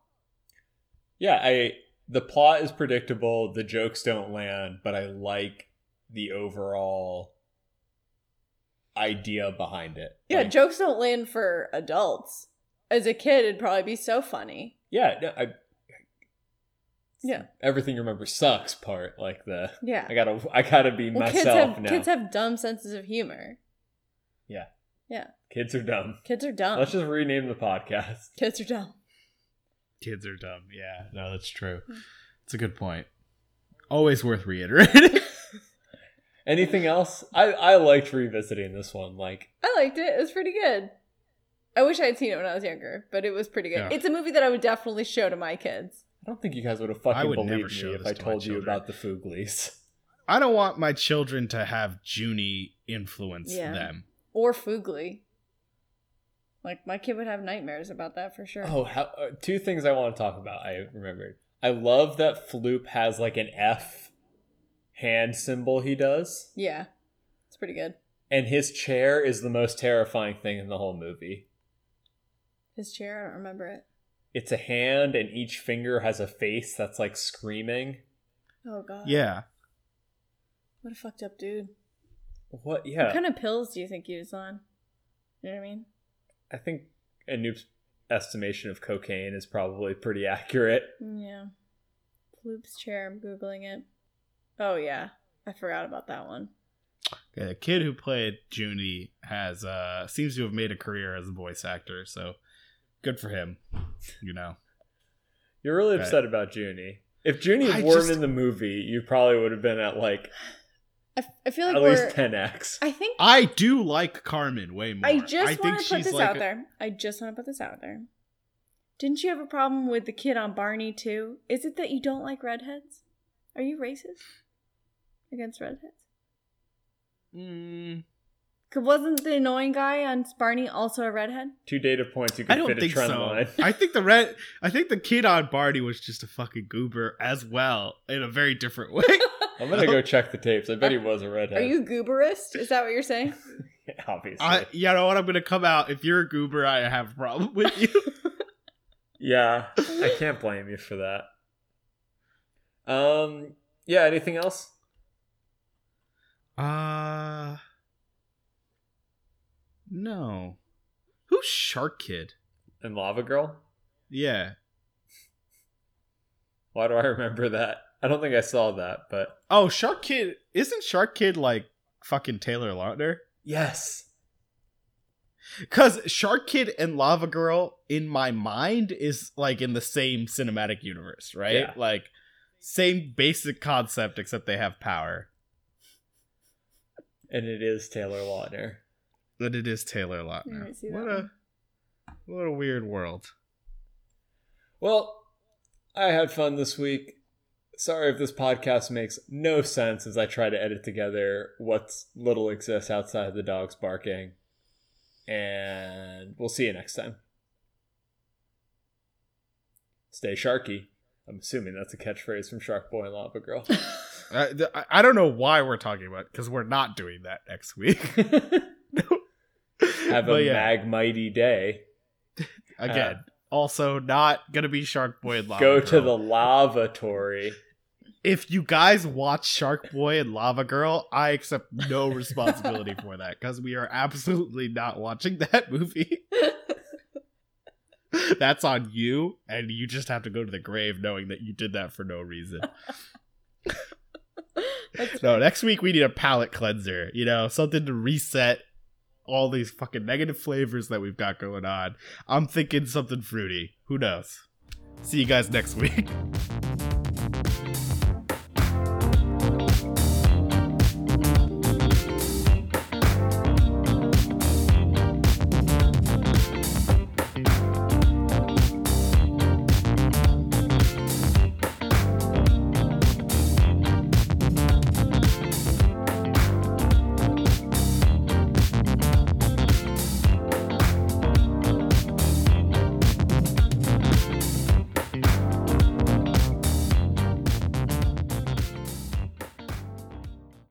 [SPEAKER 1] Yeah, I the plot is predictable, the jokes don't land, but I like the overall idea behind it.
[SPEAKER 2] Yeah,
[SPEAKER 1] Like,
[SPEAKER 2] jokes don't land for adults. As a kid, it'd probably be so funny.
[SPEAKER 1] yeah, no, I
[SPEAKER 2] Yeah.
[SPEAKER 1] everything you remember sucks part like the
[SPEAKER 2] Yeah.
[SPEAKER 1] I got to I got to be
[SPEAKER 2] Well, kids
[SPEAKER 1] myself
[SPEAKER 2] have
[SPEAKER 1] now.
[SPEAKER 2] kids have dumb senses of humor.
[SPEAKER 1] Kids are dumb.
[SPEAKER 2] Kids are dumb.
[SPEAKER 1] Let's just rename the podcast.
[SPEAKER 2] kids are dumb.
[SPEAKER 3] kids are dumb. Yeah, no, that's true. It's a good point. Always worth reiterating.
[SPEAKER 1] Anything else? I I liked revisiting this one like
[SPEAKER 2] I liked it. It was pretty good. I wish I had seen it when I was younger, but it was pretty good.
[SPEAKER 3] Yeah.
[SPEAKER 2] It's a movie that I would definitely show to my kids.
[SPEAKER 1] I don't think you guys would have fucking
[SPEAKER 3] would never
[SPEAKER 1] believed
[SPEAKER 3] show
[SPEAKER 1] me if
[SPEAKER 3] this
[SPEAKER 1] I
[SPEAKER 3] to my
[SPEAKER 1] told you
[SPEAKER 3] children.
[SPEAKER 1] about the Fooglies.
[SPEAKER 3] I don't want my children to have Junie influence
[SPEAKER 2] Yeah.
[SPEAKER 3] them.
[SPEAKER 2] or Foogly. Like my kid would have nightmares about that for sure.
[SPEAKER 1] Oh, how, uh, two things I want to talk about. I remembered. I love that Floop has like an F hand symbol he does,
[SPEAKER 2] Yeah, it's pretty good.
[SPEAKER 1] and his chair is the most terrifying thing in the whole movie.
[SPEAKER 2] His chair, I don't remember it.
[SPEAKER 1] It's a hand, and each finger has a face that's like screaming.
[SPEAKER 2] Oh god.
[SPEAKER 3] Yeah.
[SPEAKER 2] What a fucked up dude.
[SPEAKER 1] What? Yeah,
[SPEAKER 2] What kind of pills do you think he was on? You know what I mean?
[SPEAKER 1] I think a noob's estimation of cocaine is probably pretty accurate.
[SPEAKER 2] Yeah. Floop's chair, I'm googling it. Oh yeah. I forgot about that one.
[SPEAKER 3] Okay, the kid who played Junie has uh seems to have made a career as a voice actor, so good for him. You know.
[SPEAKER 1] You're really
[SPEAKER 3] Right.
[SPEAKER 1] upset about Junie. If Junie
[SPEAKER 3] I
[SPEAKER 1] weren't
[SPEAKER 3] just-
[SPEAKER 1] in the movie, you probably would have been at like
[SPEAKER 2] I, f- I feel like
[SPEAKER 1] at
[SPEAKER 2] we're
[SPEAKER 1] least 10x.
[SPEAKER 2] I think
[SPEAKER 3] I do like Carmen way more.
[SPEAKER 2] I just
[SPEAKER 3] think
[SPEAKER 2] want to put
[SPEAKER 3] she's
[SPEAKER 2] this
[SPEAKER 3] like
[SPEAKER 2] out
[SPEAKER 3] a-
[SPEAKER 2] there. I just want to put this out there. Didn't you have a problem with the kid on Barney too? Is it that you don't like redheads? Are you racist against redheads?
[SPEAKER 6] Mm,
[SPEAKER 2] 'Cause wasn't the annoying guy on Barney also a redhead?
[SPEAKER 1] Two data points you
[SPEAKER 3] I
[SPEAKER 1] can
[SPEAKER 3] don't
[SPEAKER 1] fit a
[SPEAKER 3] think
[SPEAKER 1] trend
[SPEAKER 3] so.
[SPEAKER 1] line.
[SPEAKER 3] I think the red. I think the kid on Barney was just a fucking goober as well, in a very different way.
[SPEAKER 1] I'm gonna go check the tapes. I bet he was a redhead.
[SPEAKER 2] Are you gooberist? Is that what you're saying?
[SPEAKER 1] Obviously.
[SPEAKER 3] I, you know what? I'm gonna come out. If you're a goober, I have a problem with you.
[SPEAKER 1] yeah, I can't blame you for that. Um. Yeah. Anything else?
[SPEAKER 3] Uh no. Who's Shark Kid?
[SPEAKER 1] And Lava Girl.
[SPEAKER 3] Yeah.
[SPEAKER 1] Why do I remember that? I don't think I saw that, but
[SPEAKER 3] Oh, Shark Kid. Isn't Shark Kid like fucking Taylor Lautner?
[SPEAKER 1] yes.
[SPEAKER 3] Because Shark Kid and Lava Girl in my mind is like in the same cinematic universe, right?
[SPEAKER 1] Yeah.
[SPEAKER 3] Like same basic concept, except they have power.
[SPEAKER 1] And it is Taylor Lautner.
[SPEAKER 3] But it is Taylor
[SPEAKER 2] I
[SPEAKER 3] Lautner.
[SPEAKER 2] didn't see
[SPEAKER 3] what
[SPEAKER 2] that
[SPEAKER 3] a what a weird world.
[SPEAKER 1] Well, I had fun this week. Sorry if this podcast makes no sense as I try to edit together what's little exists outside of the dogs barking. And we'll see you next time. Stay sharky. I'm assuming that's a catchphrase from Shark Boy and Lava Girl.
[SPEAKER 3] I, th- I- I don't know why we're talking about because we're not doing that next week.
[SPEAKER 1] Have a
[SPEAKER 3] But yeah,
[SPEAKER 1] mag mighty day.
[SPEAKER 3] again. also, not gonna be Shark Boy and Lava
[SPEAKER 1] Go to the
[SPEAKER 3] Girl.
[SPEAKER 1] lavatory.
[SPEAKER 3] If you guys watch Shark Boy and Lava Girl, I accept no responsibility for that because we are absolutely not watching that movie. That's on you, and you just have to go to the grave knowing that you did that for no reason.
[SPEAKER 2] That's
[SPEAKER 3] No, next week we need a palate cleanser, you know, something to reset all these fucking negative flavors that we've got going on. I'm thinking something fruity. Who knows? See you guys next week.